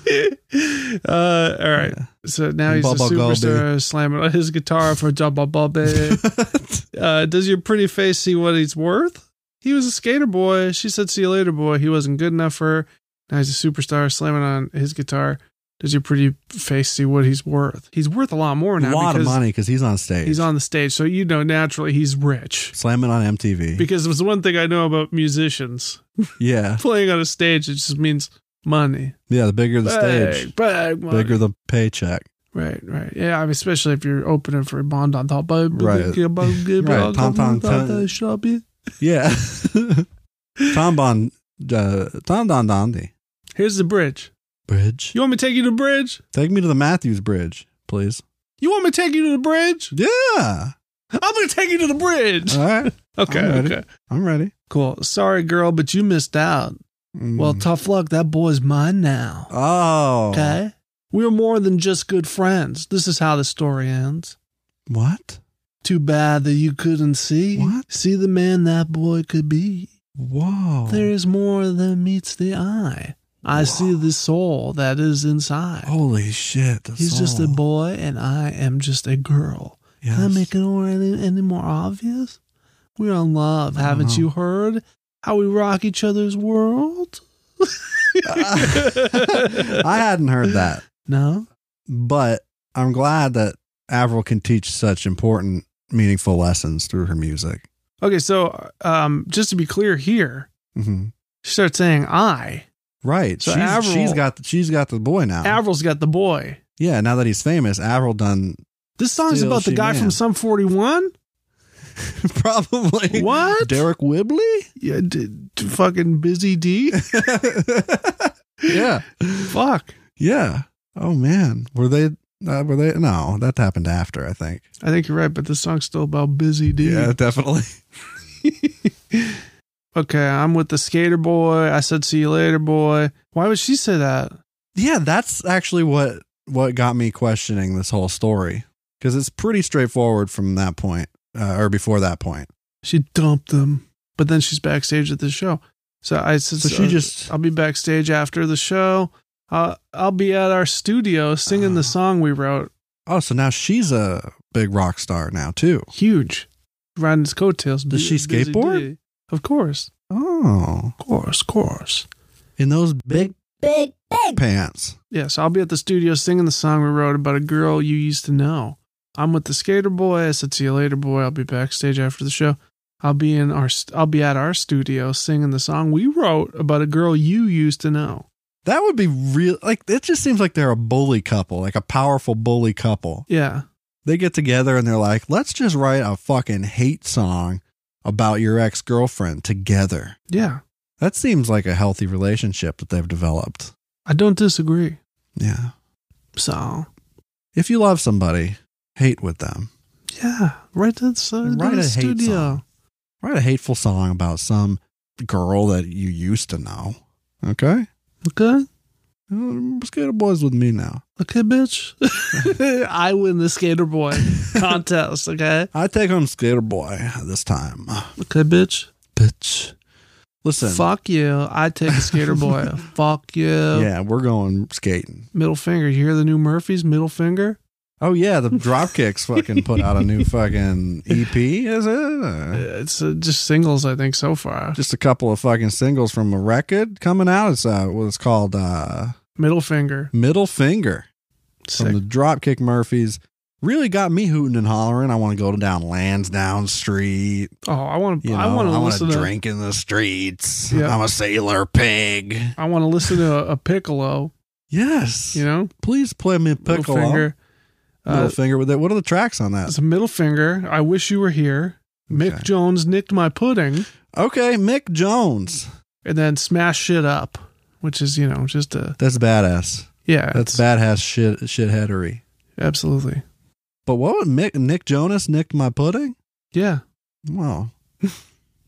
Speaker 1: Gabe. uh, all right. So now he's
Speaker 2: Bubba
Speaker 1: a superstar slamming on his guitar for Jabba Bobby. uh, does your pretty face see what he's worth? He was a skater boy. She said, see you later, boy. He wasn't good enough for her. Now he's a superstar slamming on his guitar. Does your pretty face see what he's worth? He's worth a lot more
Speaker 2: A
Speaker 1: now
Speaker 2: lot of
Speaker 1: because
Speaker 2: money because he's on stage.
Speaker 1: he's on the stage. So, you know, naturally he's rich.
Speaker 2: slamming on MTV.
Speaker 1: Because there's one thing I know about musicians
Speaker 2: yeah.
Speaker 1: playing on a stage it just means money
Speaker 2: Yeah, the bigger the stage,
Speaker 1: Big, big money.
Speaker 2: bigger the paycheck.
Speaker 1: right right yeah I mean, especially if you're opening for a bond on top of
Speaker 2: Right. Right, Tom, Tom, Tom. Yeah. Tom Bon, uh, Tom Don Dondi.
Speaker 1: here's the bridge
Speaker 2: Bridge.
Speaker 1: you want me to take you to the bridge
Speaker 2: Take me to the Matthews Bridge, please.
Speaker 1: you want me to take you to the bridge
Speaker 2: Yeah.
Speaker 1: i'm gonna take you to the bridge
Speaker 2: All right.
Speaker 1: okay
Speaker 2: I'm ready.
Speaker 1: okay
Speaker 2: I'm ready.
Speaker 1: cool sorry girl but you missed out
Speaker 2: Mm.
Speaker 1: well tough luck that boy's mine now
Speaker 2: oh.
Speaker 1: okay we're more than just good friends this is how the story ends
Speaker 2: What?
Speaker 1: Too bad that you couldn't see.
Speaker 2: What? Oh.
Speaker 1: See the man that boy could be.
Speaker 2: Whoa.
Speaker 1: There is more than meets the eye. I see the soul that is inside.
Speaker 2: Holy shit. Oh, the
Speaker 1: He's just a
Speaker 2: soul.
Speaker 1: boy and I am just a girl.
Speaker 2: Yes.
Speaker 1: Can I make it more- any, any more obvious? We're in love.
Speaker 2: I don't
Speaker 1: Haven't
Speaker 2: know.
Speaker 1: you heard how we rock each other's world?
Speaker 2: I hadn't heard that,
Speaker 1: No?
Speaker 2: but I'm glad that Avril can teach such important, meaningful lessons through her music.
Speaker 1: Okay, so um, just to be clear here,
Speaker 2: hmm
Speaker 1: she starts saying I.
Speaker 2: Right.
Speaker 1: So
Speaker 2: she's,
Speaker 1: Avril-
Speaker 2: she's got she's got the boy now.
Speaker 1: Avril's got the boy.
Speaker 2: yeah, now that he's famous, Avril done
Speaker 1: This song's
Speaker 2: Still
Speaker 1: about the
Speaker 2: she
Speaker 1: guy
Speaker 2: man.
Speaker 1: from Sum 41?
Speaker 2: probably
Speaker 1: What?
Speaker 2: Derek Wibley?
Speaker 1: Yeah, d- d- fucking Busy D?
Speaker 2: yeah.
Speaker 1: Fuck.
Speaker 2: Yeah. Oh man. Were they uh, were they no, that happened after, I think.
Speaker 1: I think you're right, but this song's still about Busy D.
Speaker 2: definitely.
Speaker 1: Okay, I'm with the skater boy. I said, see you later, boy. Why would she say that?
Speaker 2: Yeah, that's actually what what got me questioning this whole story because it's pretty straightforward from that point uh, or before that point.
Speaker 1: She dumped them, but then she's backstage at the show. So I said,
Speaker 2: So she just
Speaker 1: I'll be backstage after the show. Uh, I'll be at our studio singing
Speaker 2: Uh-huh.
Speaker 1: the song we wrote.
Speaker 2: oh, so now she's a big rock star now too.
Speaker 1: Huge. Riding his coattails.
Speaker 2: Does she
Speaker 1: Busy D.
Speaker 2: skateboard?
Speaker 1: Of course.
Speaker 2: Oh,
Speaker 1: Of course. Of course.
Speaker 2: in those big
Speaker 6: big, big.
Speaker 2: pants.
Speaker 1: Yeah, so I'll be at the studio singing the song we wrote about a girl you used to know. I'm with the skater boy. I said, "See you later, boy." I'll be backstage after the show. I'll be in our. st- I'll be at our studio singing the song we wrote about a girl you used to know.
Speaker 2: That would be real. Like it just seems like they're a bully couple, like a powerful bully couple.
Speaker 1: Yeah,
Speaker 2: They get together and they're like, let's just write a fucking hate song about your ex girlfriend together.
Speaker 1: yeah.
Speaker 2: That seems like a healthy relationship that they've developed.
Speaker 1: I don't disagree.
Speaker 2: Yeah.
Speaker 1: So
Speaker 2: if you love somebody, hate with them.
Speaker 1: yeah, right to the, uh,
Speaker 2: Write
Speaker 1: to the
Speaker 2: a hate
Speaker 1: studio.
Speaker 2: song. Write a hateful song about some girl that you used to know. Okay?
Speaker 1: Okay,
Speaker 2: Um, Skater boys with me now.
Speaker 1: okay, bitch. I win the skater boy contest. Okay,
Speaker 2: I take on skater boy this time.
Speaker 1: okay, bitch.
Speaker 2: Bitch. Listen.
Speaker 1: Fuck you. I take the skater boy. Fuck you.
Speaker 2: Yeah, we're going skating.
Speaker 1: Middle finger. You hear the new Murphys? Middle finger.
Speaker 2: Oh yeah, the Dropkicks fucking put out a new fucking EP. Is it? Uh,
Speaker 1: It's uh, just singles, I think, so far.
Speaker 2: Just a couple of fucking singles from a record coming out. It's uh, what it's called uh,
Speaker 1: Middle finger.
Speaker 2: Middle Finger.
Speaker 1: Sick.
Speaker 2: from the Dropkick Murphys. Really got me hooting and hollering. I want to go down Lansdowne Street.
Speaker 1: oh, I want to.
Speaker 2: You know,
Speaker 1: I want to
Speaker 2: wanna
Speaker 1: listen to.
Speaker 2: drink in the streets.
Speaker 1: Yeah.
Speaker 2: I'm a sailor pig.
Speaker 1: I want to listen to a, a piccolo.
Speaker 2: Yes.
Speaker 1: You know,
Speaker 2: Please play me piccolo.
Speaker 1: middle
Speaker 2: Middle finger.
Speaker 1: finger. Uh,
Speaker 2: with it. What are the tracks on that?
Speaker 1: it's a middle finger. I wish you were here. Mick
Speaker 2: Okay.
Speaker 1: Jones nicked my pudding,
Speaker 2: Okay, Mick Jones.
Speaker 1: and then smash shit up, which is you know just a
Speaker 2: That's badass.
Speaker 1: yeah. it's-
Speaker 2: That's badass shit shitheadery.
Speaker 1: Absolutely.
Speaker 2: But what would Mick Nick Jonas nicked my pudding?
Speaker 1: Yeah,
Speaker 2: Well,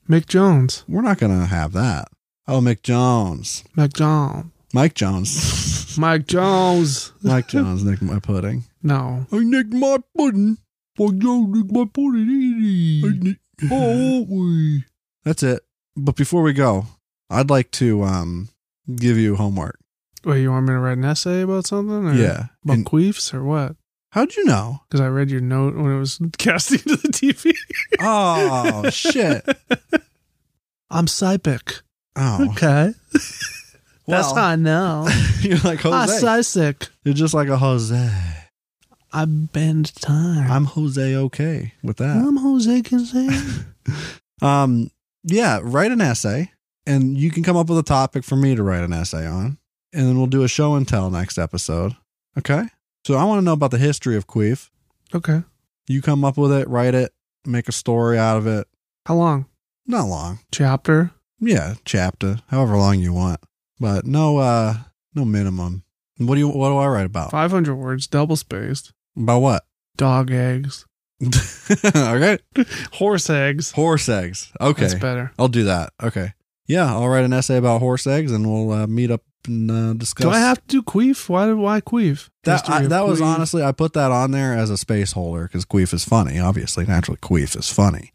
Speaker 1: Mick Jones,
Speaker 2: we're not gonna have that. Oh, Mick Jones.
Speaker 1: Mick Jones,
Speaker 2: Mike Jones.
Speaker 1: Mike Jones.
Speaker 2: Mike Jones nicked my pudding.
Speaker 1: No,
Speaker 2: I nicked my pudding. Fuck you, nicked my pudding. Oh, we. That's it. But before we go, I'd like to um give you homework.
Speaker 1: wait. You want me to write an essay about something? Or
Speaker 2: Yeah.
Speaker 1: About
Speaker 2: And
Speaker 1: queefs or what?
Speaker 2: how'd you know?
Speaker 1: Because I read your note when it was casting to the TV.
Speaker 2: Oh shit.
Speaker 1: I'm psychic.
Speaker 2: Oh,
Speaker 1: Okay. That's Ah,
Speaker 2: Well.
Speaker 1: how I know.
Speaker 2: you're like
Speaker 1: I'm
Speaker 2: Jose.
Speaker 1: psychic.
Speaker 2: you're just like a Jose.
Speaker 1: I bend time.
Speaker 2: I'm Jose. Okay with that.
Speaker 1: I'm Jose Canseco.
Speaker 2: Um. Yeah. Write an essay, and you can come up with a topic for me to write an essay on, and then we'll do a show and tell next episode. Okay. So I want to know about the history of Queef.
Speaker 1: okay.
Speaker 2: You come up with it, write it, make a story out of it.
Speaker 1: How long?
Speaker 2: Not long.
Speaker 1: Chapter.
Speaker 2: Yeah, chapter, however long you want. But no uh no minimum. What do you what do I write about?
Speaker 1: 500 words, double spaced.
Speaker 2: About what?
Speaker 1: Dog eggs.
Speaker 2: okay.
Speaker 1: Horse eggs.
Speaker 2: Horse eggs. Okay.
Speaker 1: That's better.
Speaker 2: I'll do that. Okay. Yeah, I'll write an essay about horse eggs and we'll uh, meet up and uh, discuss.
Speaker 1: Do I have to do queef? Why do why queef?
Speaker 2: that?
Speaker 1: History
Speaker 2: I,
Speaker 1: of
Speaker 2: that was
Speaker 1: queef.
Speaker 2: honestly, I put that on there as a space holder because queef is funny. Obviously, naturally, queef is funny.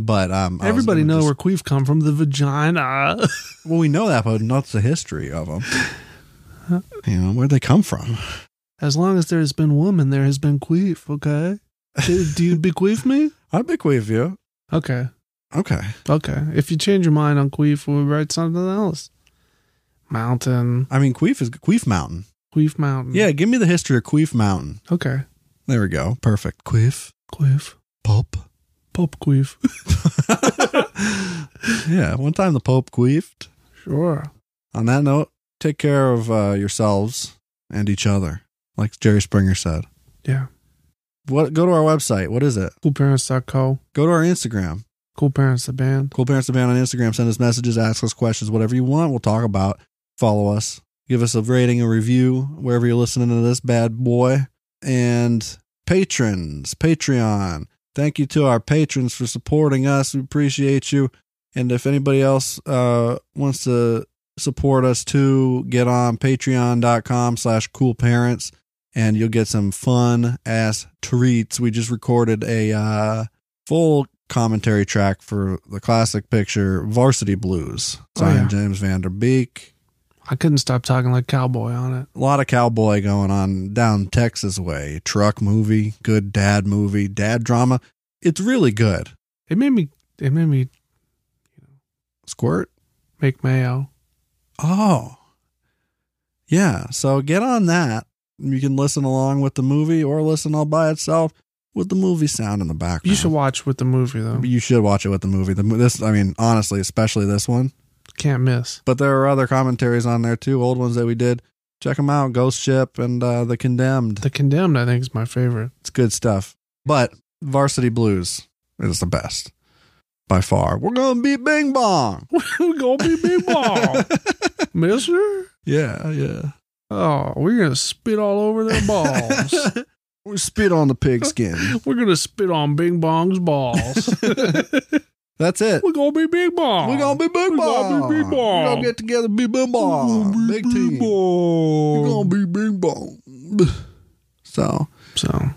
Speaker 2: But um, I was
Speaker 1: Everybody
Speaker 2: gonna
Speaker 1: know
Speaker 2: just-
Speaker 1: where queef come from. The vagina.
Speaker 2: Well, we know that, but not the history of them. you know, where'd they come from?
Speaker 1: as long as there has been woman, there has been queef. Okay. Do, do you bequeath me?
Speaker 2: I bequeath you.
Speaker 1: Okay.
Speaker 2: Okay.
Speaker 1: Okay. If you change your mind on Queef, we'll write something else. Mountain.
Speaker 2: I mean, Queef is Queef Mountain.
Speaker 1: Queef Mountain.
Speaker 2: Yeah, give me the history of Queef Mountain.
Speaker 1: Okay.
Speaker 2: There we go. Perfect. Queef.
Speaker 1: Queef.
Speaker 2: Pope.
Speaker 1: Pope Queef.
Speaker 2: yeah, one time the Pope queefed.
Speaker 1: sure.
Speaker 2: On that note, take care of uh, yourselves and each other, like Jerry Springer said.
Speaker 1: Yeah.
Speaker 2: What? Go to our website. What is it?
Speaker 1: Coolparents.co.
Speaker 2: Go to our Instagram.
Speaker 1: Cool Parents the Band.
Speaker 2: Cool Parents of Band on Instagram. Send us messages, ask us questions, whatever you want. We'll talk about. Follow us. Give us a rating, a review, wherever you're listening to this bad boy. And patrons, Patreon. Thank you to our patrons for supporting us. We appreciate you. And if anybody else uh, wants to support us too, get on patreon.com slash cool parents and you'll get some fun ass treats. We just recorded a uh, full commentary track for the classic picture Varsity Blues,
Speaker 1: Oh,
Speaker 2: starring
Speaker 1: yeah.
Speaker 2: James Van Der Beek.
Speaker 1: I couldn't stop talking like cowboy on it.
Speaker 2: A lot of cowboy going on down Texas way. Truck movie, good dad movie, dad drama. It's really good.
Speaker 1: It made me. It made me
Speaker 2: Squirt.
Speaker 1: make mayo.
Speaker 2: Oh. Yeah. So get on that. You can listen along with the movie or listen all by itself with the movie sound in the background.
Speaker 1: You should watch with the movie though.
Speaker 2: You should watch it with the movie. The mo- this, I mean, honestly, especially this one.
Speaker 1: Can't miss.
Speaker 2: But there are other commentaries on there too, old ones that we did. Check them out: Ghost Ship and uh, The Condemned.
Speaker 1: The Condemned, I think, is my favorite.
Speaker 2: It's good stuff. But Varsity Blues is the best by far. We're gonna beat Bing Bong.
Speaker 1: we gonna be big ball, Mister.
Speaker 2: Yeah, yeah.
Speaker 1: Oh, we're gonna spit all over their balls.
Speaker 2: we spit on the pigskin.
Speaker 1: we're gonna spit on Bing Bong's balls.
Speaker 2: That's it.
Speaker 1: we're gonna be Big Bong.
Speaker 2: We're gonna be Bing
Speaker 1: We
Speaker 2: Bong.
Speaker 1: gonna be Bing Bong.
Speaker 2: We're gonna get together, be Bing Bong, big team. We're gonna be Bing Bong. So.
Speaker 1: So,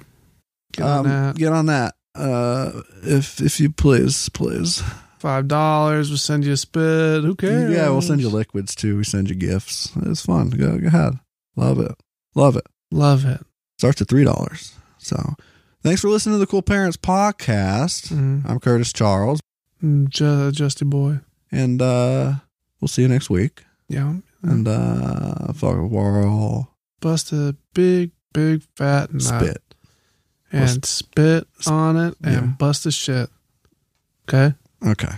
Speaker 1: get on
Speaker 2: Um,
Speaker 1: that.
Speaker 2: Get on that. Uh, if if you please, please.
Speaker 1: Five dollars. We'll send you a spit. Who cares?
Speaker 2: Yeah, we'll send you liquids too. We send you gifts. It's fun. Go, go ahead. Love it. Love it.
Speaker 1: Love it.
Speaker 2: Starts at three dollars. So, thanks for listening to the Cool Parents Podcast.
Speaker 1: Mm.
Speaker 2: I'm Curtis Charles,
Speaker 1: Ju- Justy boy.
Speaker 2: and uh, we'll see you next week.
Speaker 1: Yeah.
Speaker 2: And uh, fuck a whirl,
Speaker 1: Bust a big, big fat nut
Speaker 2: spit.
Speaker 1: and spit on it and
Speaker 2: Yeah.
Speaker 1: bust a shit. Okay.
Speaker 2: Okay.